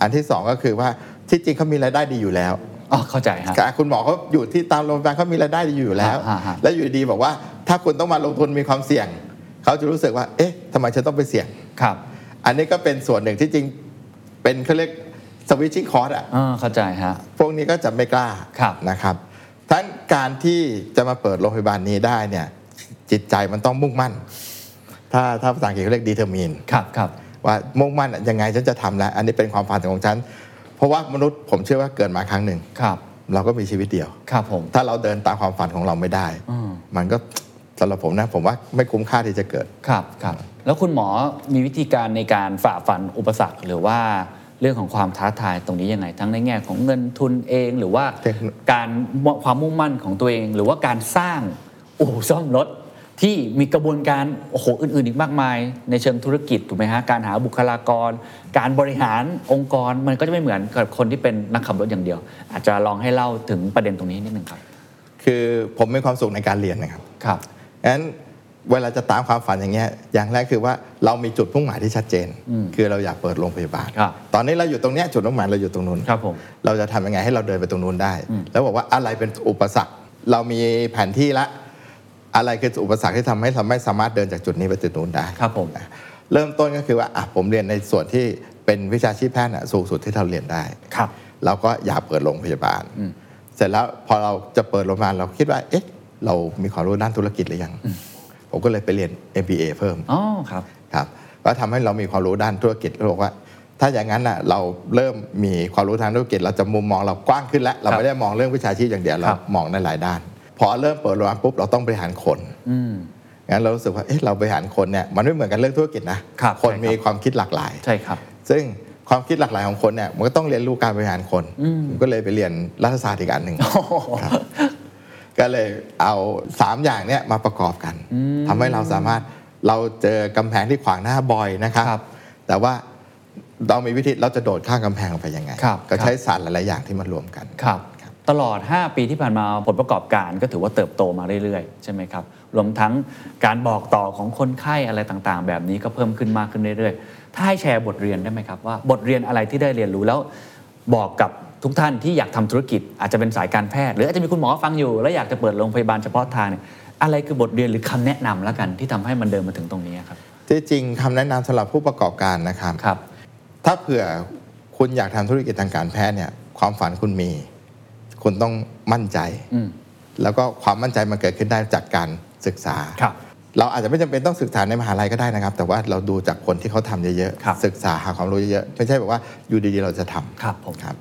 Speaker 1: อันที่สองก็คือว่าที่จริงเขามีรายได้ดีอยู่แล้ว
Speaker 2: อ๋อเข้าใจฮะ
Speaker 1: ค่ะคุณหมอเขาอยู่ที่ตามโรงพยาบาลเขามีรายได้อยู่แล้ว
Speaker 2: ฮะฮะ
Speaker 1: แล้วอยู่ดีบอกว่า ถ้าคุณต้องมาลงทุนมีความเสี่ยง เขาจะรู้สึกว่า เอ๊ะทำไมฉันต้องไปเสี่ยง
Speaker 2: ครับ
Speaker 1: อันนี้ก็เป็นส่วนหนึ่งที่จริง เป็นเขาเรียกสวิตชิ่งคอร์สอะ
Speaker 2: อ่าเข้าใจฮะ
Speaker 1: พวกนี้ก็จะไม่กล้า
Speaker 2: ครับ
Speaker 1: นะครับ ทั้งการที่จะมาเปิดโรงพยาบาลนี้ได้เนี่ยจิตใจมันต้องมุ่งมั่น ถ้าถ้าภาษาอังกฤษเขาเรียกดีเทอร์มิน
Speaker 2: ครับครับ
Speaker 1: ว่ามุ่งมั่นอะยังไงฉันจะทำแล้ว อันนี้เป็นความฝันของฉัน เพราะว่ามนุษย์ผมเชื่อว่าเกิดมาครั้งหนึ่ง
Speaker 2: ครับ
Speaker 1: เราก็มีชีวิตเดียว
Speaker 2: ครับผม
Speaker 1: ถ้าเราเดินตามความฝันของเราไม่ได้
Speaker 2: อืม
Speaker 1: มันก็ สำหรับผมนะ ผมว่าไม่คุ้มค่าที่จะเกิด
Speaker 2: ครับครับ แล้วคุณหมอมีวิธีการในการฝ่าฟันอุปสรรคหรือว่าเรื่องของความท้าทายตรงนี้ยังไง ทั้งในแง่ของเงินทุนเองหรือว่า
Speaker 1: เทคโน
Speaker 2: การความมุ่งมั่นของตัวเอง หรือว่าการสร้างอู่ซ่อมรถที่มีกระบวนการโอ้โหอื่น ๆ อีกมากมาย ในเชิงธุรกิจถูกไหมฮะการหาบุคลากร การบริหารองค์กรมันก็จะไม่เหมือนกับคนที่เป็นนักขับรถอย่างเดียว อาจจะลองให้เล่าถึงประเด็นตรงนี้นิดนึงครับ
Speaker 1: คือผมมีความสุขในการเรียนนะครับ
Speaker 2: ครับ
Speaker 1: งั้นเวลาจะตามความฝันอย่างเงี้ย อย่างแรกคือว่าเรามีจุดมุ่งหมายที่ชัดเจน คือเราอยากเปิดโรงพยาบาล
Speaker 2: ครับ
Speaker 1: ตอนนี้เราอยู่ตรงเนี้ยจุดมุ่งหมายเราอยู่ตรงนู้น
Speaker 2: ครับผม
Speaker 1: เราจะทำยังไงให้เราเดินไปตรงนู้นได้ แล้วบอกว่าอะไรเป็นอุปสรรค เรามีแผนที่ละ อะไรคืออุปสรรคที่ทำให้เราไม่สามารถเดินจากจุดนี้ไปจุดนู้นได้
Speaker 2: ครับผม
Speaker 1: นะเริ่มต้นก็คือว่าอ่ะผมเรียนในส่วนที่เป็นวิชาชีพแพทย์น่ะสูงสุดที่เราเรียนได้
Speaker 2: ครับ
Speaker 1: เราก็อยากเปิดโรงพยาบาล เสร็จแล้วพอเราจะเปิดโรงพยาบาลเราคิดว่า เอ๊ะ เรามีความรู้ด้านธุรกิจหรือยัง ผมก็เลยไปเรียน MBA เพิ่ม
Speaker 2: อ๋อครับ
Speaker 1: ครับก็ทำให้เรามีความรู้ด้านธุรกิจเราบอกว่า ถ้าอย่างนั้นน่ะเราเริ่มมีความรู้ทางธุรกิจ เราจะมุมมองเรากว้างขึ้นแล้ว เรา
Speaker 2: ครับ
Speaker 1: ไม่ได้มองเรื่องวิชาชีพอย่างเดียว
Speaker 2: ค
Speaker 1: เรา
Speaker 2: รับ
Speaker 1: มองในหลายด้าน พอเริ่มเปิดโรงพยาบาลปุ๊บเราต้องบริหารคน
Speaker 2: อืม
Speaker 1: งั้นเรารู้สึกว่าเอ๊ะเราบริหารคนเนี่ยมันไม่เหมือนกันเรื่องธุรกิจนะครับ คน
Speaker 2: ใช่ครับ
Speaker 1: มีความคิดหลากหลาย
Speaker 2: ใช่ครับ
Speaker 1: ซึ่งความคิดหลากหลายของคนเนี่ยมันก็ต้องเรียนรู้การบริหารคนผมก็เลยไปเรียนรัฐศาสตร์อีกอันหนึ่งครับก็เลยเอา 3 อย่างเนี่ยมาประกอบกันทำให้เราสามารถเราเจอกำแพงที่ขวางหน้าบ่อยนะครับ
Speaker 2: ครับ
Speaker 1: แต่ว่าเรามีวิธีเราจะโดดข้ามกำแพงไปยังไง
Speaker 2: ครับ
Speaker 1: ก็ใช้
Speaker 2: ครับ
Speaker 1: ศาสตร์หลายๆอย่างที่มารวมกัน
Speaker 2: [laughs] ครับ ตลอด 5 ปีที่ผ่านมาผลประกอบการก็ถือว่าเติบโตมาเรื่อยๆ ใช่ไหมครับ รวมทั้งการบอกต่อของคนไข้อะไรต่างๆ แบบนี้ก็เพิ่มขึ้นมากขึ้นเรื่อยๆ ถ้าให้แชร์บทเรียนได้ไหมครับว่าบทเรียนอะไรที่ได้เรียนรู้แล้วบอกกับทุกท่านที่อยากทำธุรกิจอาจจะเป็นสายการแพทย์ หรืออาจจะมีคุณหมอฟังอยู่ แล้วอยากจะเปิดโรงพยาบาลเฉพาะทางเนี่ยอะไรคือบทเรียนหรือคำแนะนำแล้วกันที่ทำให้มันเดินมาถึงตรงนี้ครับ
Speaker 1: ที่จริงคำแนะนำสำหรับผู้ประกอบการนะครับ
Speaker 2: ครับ
Speaker 1: ถ้าเผื่อคุณอยากทำธุรกิจทางการแพทย์เนี่ยความฝันคุณมี คุณต้องมั่นใจ
Speaker 2: อืม
Speaker 1: แล้วก็ความมั่นใจมันเกิดขึ้นได้จากการศึกษา
Speaker 2: ครับ
Speaker 1: เราอาจจะไม่จำเป็นต้องศึกษาในมหาลัยก็ได้นะครับ แต่ว่าเราดูจากคนที่เขาทำเยอะ
Speaker 2: ครับ
Speaker 1: ศึกษาหาความรู้เยอะๆไม่ใช่แบบว่าอยู่ดีๆเราจะทำ
Speaker 2: ครับผม
Speaker 1: ครับ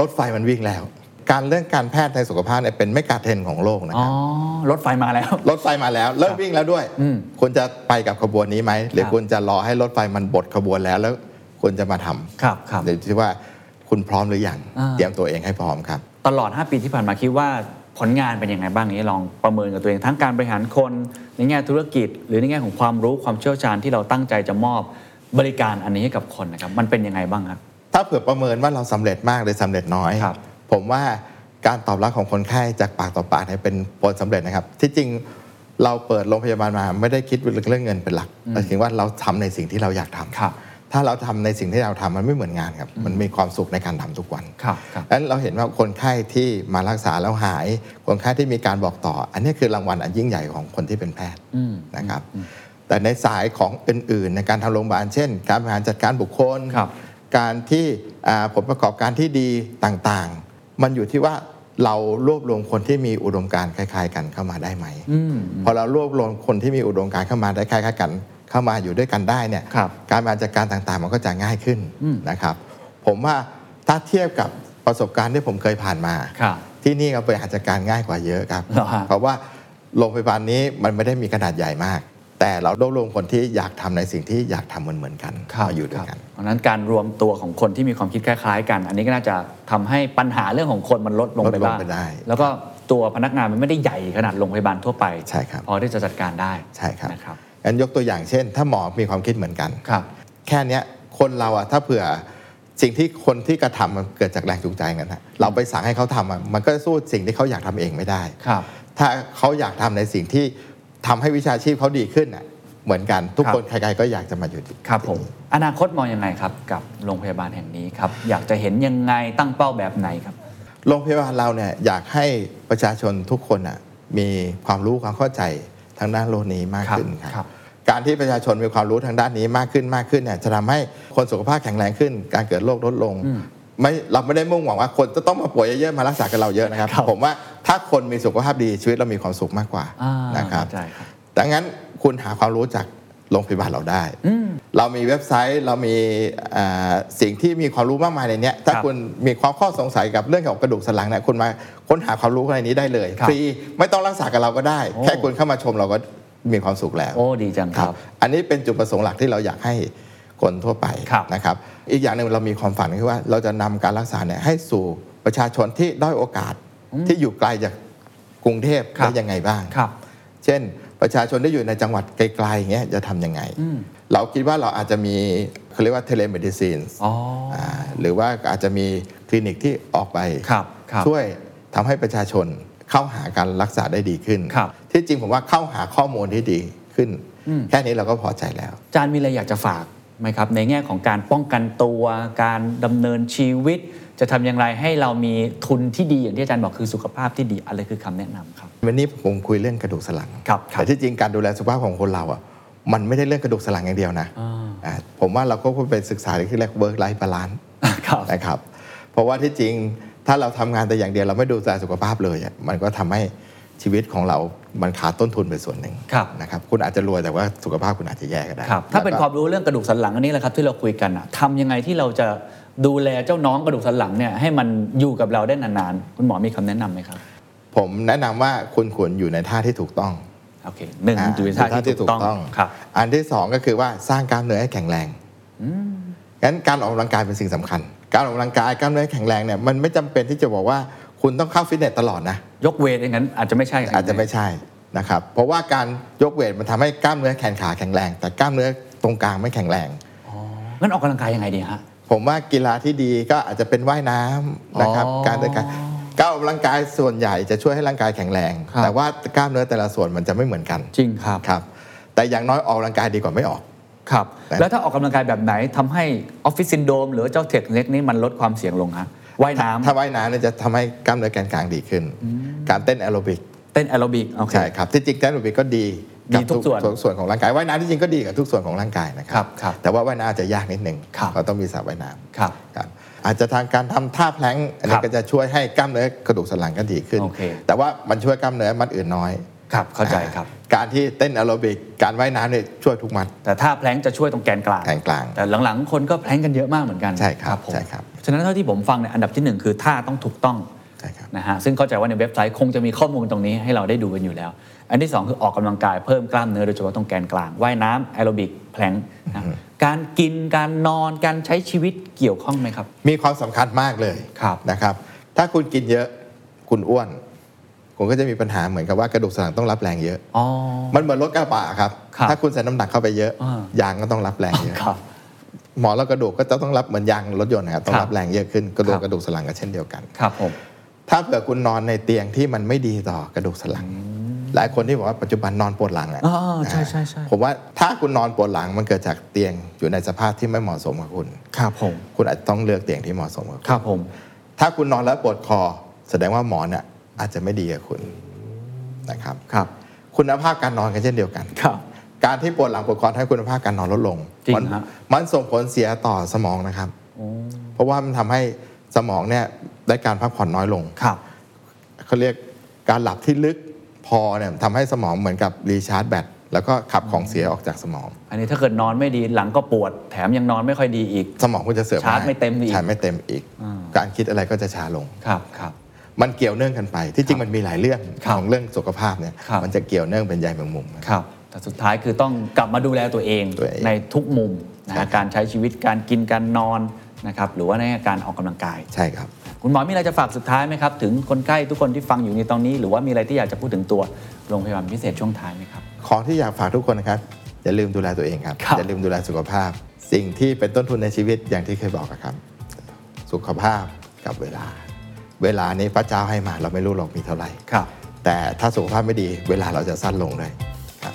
Speaker 1: รถไฟมันวิ่งแล้ว การเรื่องการแพทย์ในสุขภาพเนี่ยเป็นไม่กาเทรนด์ของโลกนะ
Speaker 2: อ๋
Speaker 1: ค
Speaker 2: อ
Speaker 1: รับ
Speaker 2: รถไฟมาแล้ว
Speaker 1: รถไฟมาแล้วเริ่มวิ่งแล้วด้วย
Speaker 2: อืม
Speaker 1: คุณจะไปกับขบวนนี้ไหมหรือ
Speaker 2: ครับ
Speaker 1: คุณจะรอให้รถไฟมันบดขบวนแล้วแล้วคุณจะมาทำ
Speaker 2: ครับครับ
Speaker 1: เดี๋ยวที่ว่าคุณพร้อมหรือยัง
Speaker 2: อ่า
Speaker 1: เตรียมตัวเองให้พร้อมครับ
Speaker 2: ตลอด 5 ปีที่ผ่านมาคิดว่าผลงานเป็นยังไงบ้างนี้ลองประเมินกับตัวเองทั้งการบริหารคน ในแง่ธุรกิจ หรือในแง่ของความรู้ความเชี่ยวชาญที่เราตั้งใจจะมอบบริการอันนี้ให้กับคนนะครับมันเป็นยังไงบ้างครับ
Speaker 1: ถ้าเผื่อประเมินว่าเราสำเร็จมากหรือสำเร็จน้อย
Speaker 2: ครับ
Speaker 1: ผมว่าการตอบรับของคนไข้จากปากต่อปากเนี่ยเป็นผลสำเร็จนะครับ ที่จริงเราเปิดโรงพยาบาลมาไม่ได้คิดเรื่องเงินเป็นหลักแต่ถึงว่าเราทำในสิ่งที่เราอยากทำ
Speaker 2: ครับ
Speaker 1: ถ้าเราทำในสิ่งที่เราทำมันไม่เหมือนงานครับ มันมีความสุขในการทำทุกวัน
Speaker 2: ครับครับ
Speaker 1: นั้นเราเห็นว่าคนไข้ที่มารักษาแล้วหาย คนไข้ที่มีการบอกต่อ อันนี้คือรางวัลอันยิ่งใหญ่ของคนที่เป็นแพทย์
Speaker 2: อืม
Speaker 1: นะครับ แต่ในสายของอื่นๆ ในการทำโรงพยาบาลเช่น การบริหารจัดการบุคคล
Speaker 2: ครับ
Speaker 1: การที่อ่าผลประกอบการที่ดีต่างๆ มันอยู่ที่ว่าเรารวบรวมคนที่มีอุดมการณ์คล้าย ๆ กันเข้ามาได้ไหม
Speaker 2: อืม
Speaker 1: พอเรารวบรวมคนที่มีอุดมการณ์เข้ามาได้คล้ายๆกันเข้ามาอยู่ด้วยกันได้เนี่ย
Speaker 2: ครับ
Speaker 1: การบริหารจัดการต่างๆ มันก็จะง่ายขึ้นนะครับ ผมว่าถ้าเทียบกับประสบการณ์ที่ผมเคยผ่านมา
Speaker 2: ครับ
Speaker 1: ที่นี่ก็บริหารจัดการง่ายกว่าเยอะครับ
Speaker 2: เหรอฮะ
Speaker 1: เพราะว่าโรงพยาบาลนี้มันไม่ได้มีขนาดใหญ่มาก แต่เรารวบรวมคนที่อยากทำในสิ่งที่อยากทำเหมือนๆกัน
Speaker 2: ครับ
Speaker 1: มาอยู่ด้วยกัน
Speaker 2: เพราะฉะนั้นการรวมตัวของคนที่มีความคิดคล้าย ๆ กัน อันนี้ก็น่าจะทำให้ปัญหาเรื่องของคนมันลดลง
Speaker 1: ล
Speaker 2: ไป
Speaker 1: ดลง
Speaker 2: บ้าง
Speaker 1: ไปได้
Speaker 2: แล้วก็ตัวพนักงานมันไม่ได้ใหญ่ขนาดโรงพยาบาลทั่วไป
Speaker 1: ใช่ครับ
Speaker 2: พอที่จะจัดการได้
Speaker 1: ใช่ครับ
Speaker 2: นะครับ
Speaker 1: งั้นยกตัวอย่างเช่น ถ้าหมอมีความคิดเหมือนกัน
Speaker 2: ครับ
Speaker 1: แค่เนี้ยคนเราอะถ้าเผื่อสิ่งที่คนที่กระทำมันเกิดจากแรงจูงใจนั้นนะเราไปสั่งให้เขาทำอะมันก็สู้สิ่งที่เขาอยากทำเองไม่ได้
Speaker 2: ครับ
Speaker 1: ถ้าเขาอยากทำในสิ่งที่ทำให้วิชาชีพเขาดีขึ้นน่ะเหมือนกันทุก
Speaker 2: ครับ
Speaker 1: คนใครๆก็อยากจะมาอยู่ที่
Speaker 2: ครับผมอนาคตมองยังไงครับกับโรงพยาบาลแห่งนี้ครับอยากจะเห็นยังไงตั้งเป้าแบบไหนครับ
Speaker 1: โรงพยาบาลเราเนี่ยอยากให้ประชาชนทุกคนน่ะมีความรู้ความเข้าใจทางด้านโลกนี้มาก
Speaker 2: ครับ
Speaker 1: ขึ้นค
Speaker 2: ครั
Speaker 1: รับ บการที่ประชาชนมีความรู้ทางด้านนี้มากขึ้นมากขึ้นเนี่ยจะทำให้คนสุขภาพแข็งแรงขึ้น การเกิดโรคลดลงไม่เราไม่ได้มุ่งหวังว่าคนจะต้องมาป่วยเยอะๆมารักษากับเราเยอะนะครับ
Speaker 2: ครับ
Speaker 1: ผมว่าถ้าคนมีสุขภาพดีชีวิตเรามีความสุขมากกว่า
Speaker 2: อ่า
Speaker 1: นะครับ
Speaker 2: เข้าใจครับ
Speaker 1: ดังนั้นคุณหาความรู้จากโรงพยาบาลเราได้ เรามีเว็บไซต์เรามีอ่าสิ่งที่มีความรู้มากมายในเนี้ยถ้า
Speaker 2: ครับ
Speaker 1: คุณมีความข้อสงสัยกับเรื่องของกระดูกสันหลังเนี่ยคุณมาค้นหาความรู้ในนี้ได้เลย
Speaker 2: ครับ
Speaker 1: ฟรีไม่ต้องรักษากับเราก็ได้
Speaker 2: โอ้
Speaker 1: แค่คุณเข้ามาชมเราก็มีความสุขแล้ว
Speaker 2: โอ้ดีจังครับ
Speaker 1: อันนี้เป็นจุดประสงค์หลักที่เราอยากให้คนทั่วไป
Speaker 2: ครับ
Speaker 1: นะครับ อีกอย่างหนึ่งเรามีความฝันคือว่าเราจะนำการรักษาเนี่ยให้สู่ประชาชนที่ด้อยโอกาสที่อยู่ไกลจากกรุงเทพ
Speaker 2: ครับ
Speaker 1: ได้ยังไงบ้าง
Speaker 2: ครับ
Speaker 1: เช่น ประชาชนที่อยู่ในจังหวัดไกลๆอย่างเงี้ยจะทำยังไง
Speaker 2: อืม
Speaker 1: เราคิดว่าเราอาจจะมีเขาเรียกว่าเทเลเมดิซิน
Speaker 2: อ๋อ
Speaker 1: หรือว่าอาจจะมีคลินิกที่ออกไป
Speaker 2: ครับครับ
Speaker 1: ช่วยทำให้ประชาชนเข้าหาการรักษาได้ดีขึ้น
Speaker 2: ครับ
Speaker 1: ที่จริงผมว่าเข้าหาข้อมูลที่ดีขึ้น
Speaker 2: อืม
Speaker 1: แค่นี้เราก็พอใจแล้ว
Speaker 2: อาจารย์มีอะไรอยากจะฝากไหมครับ ในแง่ของการป้องกันตัว การดำเนินชีวิต จะทำอย่างไรให้เรามีทุนที่ดีอย่างที่อาจารย์บอกคือสุขภาพที่ดีอะไรคือคำแนะนำครับ
Speaker 1: วันนี้ผมคุยเรื่องกระดูกสันหลัง
Speaker 2: ครับครับ
Speaker 1: แต่ที่จริงการดูแลสุขภาพของคนเราอ่ะมันไม่ได้เรื่องกระดูกสันหลังอย่างเดียวนะ
Speaker 2: อ่า
Speaker 1: อ่าผมว่าเราก็ควรไปศึกษาเรื่องที่เรียกเวิร์กไลฟ์บาลานซ์
Speaker 2: [laughs] ครับ
Speaker 1: นะครับ เพราะว่าที่จริงถ้าเราทำงานแต่อย่างเดียวเราไม่ดูแลสุขภาพเลยอะมันก็ทำให้ชีวิตของเรา มันขาดต้นทุนไปส่วนหนึ่ง
Speaker 2: ครับ
Speaker 1: นะครับคุณอาจจะรวยแต่ว่าสุขภาพคุณอาจจะแย่ก็ได้
Speaker 2: ครับถ้าเป็น
Speaker 1: แล้ว
Speaker 2: ค
Speaker 1: ก็
Speaker 2: วามรู้เรื่องกระดูกสันหลังอันนี้แหละครับที่เราคุยกันอะทำยังไงที่เราจะดูแลเจ้าน้องกระดูกสันหลังเนี่ยให้มันอยู่กับเราได้นานๆคุณหมอมีคำแนะนำไหมครับ
Speaker 1: ผมแนะนำว่าคุณควรอยู่ในท่าที่ถูกต้อง
Speaker 2: โอเคหนึ่ง
Speaker 1: อ่า
Speaker 2: อยู่ในท่าที่ถูกต้องครับ
Speaker 1: อันที่สองก็คือว่าสร้างกล้ามเนื้อให้แข็งแรงงั้นการออกกำลังกายเป็นสิ่งสำคัญ การออกกำลังกายกล้ามเนื้อให้แข็งแรงเนี่ยมันไม่จำเป็นที่จะบอกว่าคุณต้องเข้าฟิตเนสตลอดนะ
Speaker 2: ยกเวทอย่างนั้นอาจจะไม่ใช่
Speaker 1: อาจจะไม่ใช่นะครับ เพราะว่าการยกเวทมันทำให้กล้ามเนื้อแขนขาแข็งแรง แต่กล้ามเนื้อตรงกลางไม่แข็งแรง
Speaker 2: งั้นออกกำลังกายยังไงดีฮะ
Speaker 1: ผมว่ากีฬาที่ดีก็อาจจะเป็นว่ายน้ำนะครับ
Speaker 2: อ๋อ
Speaker 1: การเดินการก้าวออกกำลังกายส่วนใหญ่จะช่วยให้ร่างกายแข็งแรง
Speaker 2: ครับ
Speaker 1: แต่ว่ากล้ามเนื้อแต่ละส่วนมันจะไม่เหมือนกัน
Speaker 2: จริงครับ
Speaker 1: ครับ แต่อย่างน้อยออกกำลังกายดีกว่าไม่ออก
Speaker 2: ครับ
Speaker 1: แต่
Speaker 2: แล้วถ้าออกกำลังกายแบบไหนทำให้ออฟฟิศซินโดรมหรือเจ้าเทคนิคนี้มันลดความเสี่ยงลงฮะว่ายน้ำ
Speaker 1: ถ้าว่ายน้ำเนี่ยจะทำให้กล้ามเนื้อแกนกลางดีขึ้น การเต้นแอโรบิก
Speaker 2: เต้นแอโรบิกโอเค
Speaker 1: ใช่ครับที่จริงเต้นแอโรบิกก็ดี
Speaker 2: ดีทุกส่วน
Speaker 1: ส่วนของร่างกายว่ายน้ำที่จริงก็ดีกับทุกส่วนของร่างกายนะค
Speaker 2: ครั
Speaker 1: รับ
Speaker 2: ครับ
Speaker 1: แต่ว่าว่ายน้ำอาจจะยากนิดนึง
Speaker 2: ครับ
Speaker 1: เราต้องมีสระว่ายน้ำ
Speaker 2: ครับ
Speaker 1: ครับอาจจะทางการทำท่าแพลงก์อันนี้
Speaker 2: ครับ
Speaker 1: ก็จะช่วยให้กล้ามเนื้อกระดูกสันหลังก็ดีขึ้น
Speaker 2: โอเค
Speaker 1: แต่ว่ามันช่วยกล้ามเนื้อมัดอื่นน้อย
Speaker 2: ครับเข้าใจครับ
Speaker 1: อ่าการที่เต้นแอโรบิกการว่ายน้ำเนี่ยช่วยทุกมัด
Speaker 2: แต่ถ้าแพลงก์จะช่วยตรงแกนกลาง
Speaker 1: แขนกลาง
Speaker 2: แต่หลังๆ คนก็แพลงก์กันเยอะมากเหมือนกัน
Speaker 1: ใช่ครับ
Speaker 2: ผม
Speaker 1: ใช่ครับ
Speaker 2: ฉะนั้นเท่าที่ผมฟังเนี่ยอันดับที่หนึ่งคือท่าต้องถูกต้อง
Speaker 1: ใช่ครับ
Speaker 2: นะฮะซึ่งเข้าใจว่าในเว็บไซต์คงจะมีข้อมูลตรงนี้ให้เราได้ดูกันอยู่แล้ว อันที่ 2 คือออกกำลังกายเพิ่มกล้ามเนื้อโดยเฉพาะตรงแกนกลางว่ายน้ำแอโรบิกแพลงก์นะการกินการนอนการใช้ชีวิตเกี่ยวข้องไหมครับ
Speaker 1: มีความสำคัญมากเลย
Speaker 2: ครับ
Speaker 1: นะครับ ถ้าคุณกินเยอะคุณอ้วน คุณก็จะมีปัญหาเหมือนกับว่ากระดูกสันหลังต้องรับแรงเยอะ
Speaker 2: อ๋อ
Speaker 1: มันเหมือนรถกระบะครับ
Speaker 2: ครับ
Speaker 1: ถ้าคุณใส่น้ำหนักเข้าไปเยอะ
Speaker 2: อ่า
Speaker 1: ยางก็ต้องรับแรงเยอะ
Speaker 2: ครับ
Speaker 1: หมอนรองกระดูกก็จะต้องรับเหมือนยางรถยนต์นะครับต้อ
Speaker 2: ครั
Speaker 1: ง
Speaker 2: บ
Speaker 1: รับแรงเยอะขึ้นกระดู
Speaker 2: ครั
Speaker 1: ก
Speaker 2: บ
Speaker 1: กระดูกสันหลังก็เช่นเดียวกัน
Speaker 2: ครับผม
Speaker 1: ถ้าเผื่อคุณนอนในเตียงที่มันไม่ดีต่อกระดูกสันหลัง หลายคนที่บอกว่าปัจจุบันนอนปวดหลังอะ
Speaker 2: อ๋อใช่ใช่ใช่
Speaker 1: ผมว่าถ้าคุณนอนปวดหลังมันเกิดจากเตียงอยู่ในสภาพที่ไม่เหมาะสมกับคุณ
Speaker 2: ครับผม
Speaker 1: คุณอาจจะต้องเลือกเตียงที่เหมาะสมกับคุณ
Speaker 2: ครับผม
Speaker 1: ถ้าคุณนอนแล้วปวดคอ แสดงว่าหมอนอะอาจจะไม่ดีกับคุณนะครับ
Speaker 2: ครับ
Speaker 1: คุณภาพการนอนก็เช่นเดียวกัน
Speaker 2: ครับ
Speaker 1: การที่ปวดหลังปวดคอทำให้คุณภาพการนอนลดลง
Speaker 2: จริง
Speaker 1: มัน
Speaker 2: ฮะ
Speaker 1: มันส่งผลเสียต่อสมองนะครับ เพราะว่ามันทำให้สมองเนี่ยได้การพักผ่อนน้อยลง
Speaker 2: ครับ
Speaker 1: เขาเรียกการหลับที่ลึกพอเนี่ยทำให้สมองเหมือนกับรีชาร์จแบตแล้วก็ขับของเสียออกจากสมอง
Speaker 2: อันนี้ถ้าเกิดนอนไม่ดีหลังก็ปวด แถมยังนอนไม่ค่อยดีอีก
Speaker 1: สมองคุณจะเสื่อม
Speaker 2: ชาร์จไม่เต็มอีก
Speaker 1: ชาร์จไม่เต็มอีก
Speaker 2: อ่า
Speaker 1: การคิดอะไรก็จะช้าลง
Speaker 2: ครับครับ
Speaker 1: มันเกี่ยวเนื่องกันไป ที่จริงมันมีหลายเรื่อง
Speaker 2: ครับ
Speaker 1: ของเรื่องสุขภาพเนี่ย
Speaker 2: ครับ
Speaker 1: มันจะเกี่ยวเนื่องเป็นใยแมงมุม
Speaker 2: ครับแต่สุดท้ายคือต้องกลับมาดูแลตัวเอง
Speaker 1: ตัวเอง
Speaker 2: ในทุกมุมนะ
Speaker 1: ใช่ครั
Speaker 2: ฮะ
Speaker 1: บ
Speaker 2: การใช้ชีวิตการกินการนอนนะครับหรือว่าในการออกกำลังกาย
Speaker 1: ใช่ครับ
Speaker 2: คุณหมอมีอะไรจะฝากสุดท้ายไหมครับ ถึงคนไข้ทุกคนที่ฟังอยู่ในตอนนี้ หรือว่ามีอะไรที่อยากจะพูดถึงตัวโรงพยาบาลพิเศษช่วงท้ายไหมครับ
Speaker 1: ของที่อยากฝากทุกคนนะครับ อย่าลืมดูแลตัวเองครับ
Speaker 2: ครับ
Speaker 1: อย่าลืมดูแลสุขภาพ สิ่งที่เป็นต้นทุนในชีวิตอย่างที่เคยบอกอะครับ สุขภาพกับเวลา เวลานี้พระเจ้าให้มาเราไม่รู้หรอกมีเท่าไหร่
Speaker 2: ครับ
Speaker 1: แต่ถ้าสุขภาพไม่ดีเวลาเราจะสั้นลงเลยครับ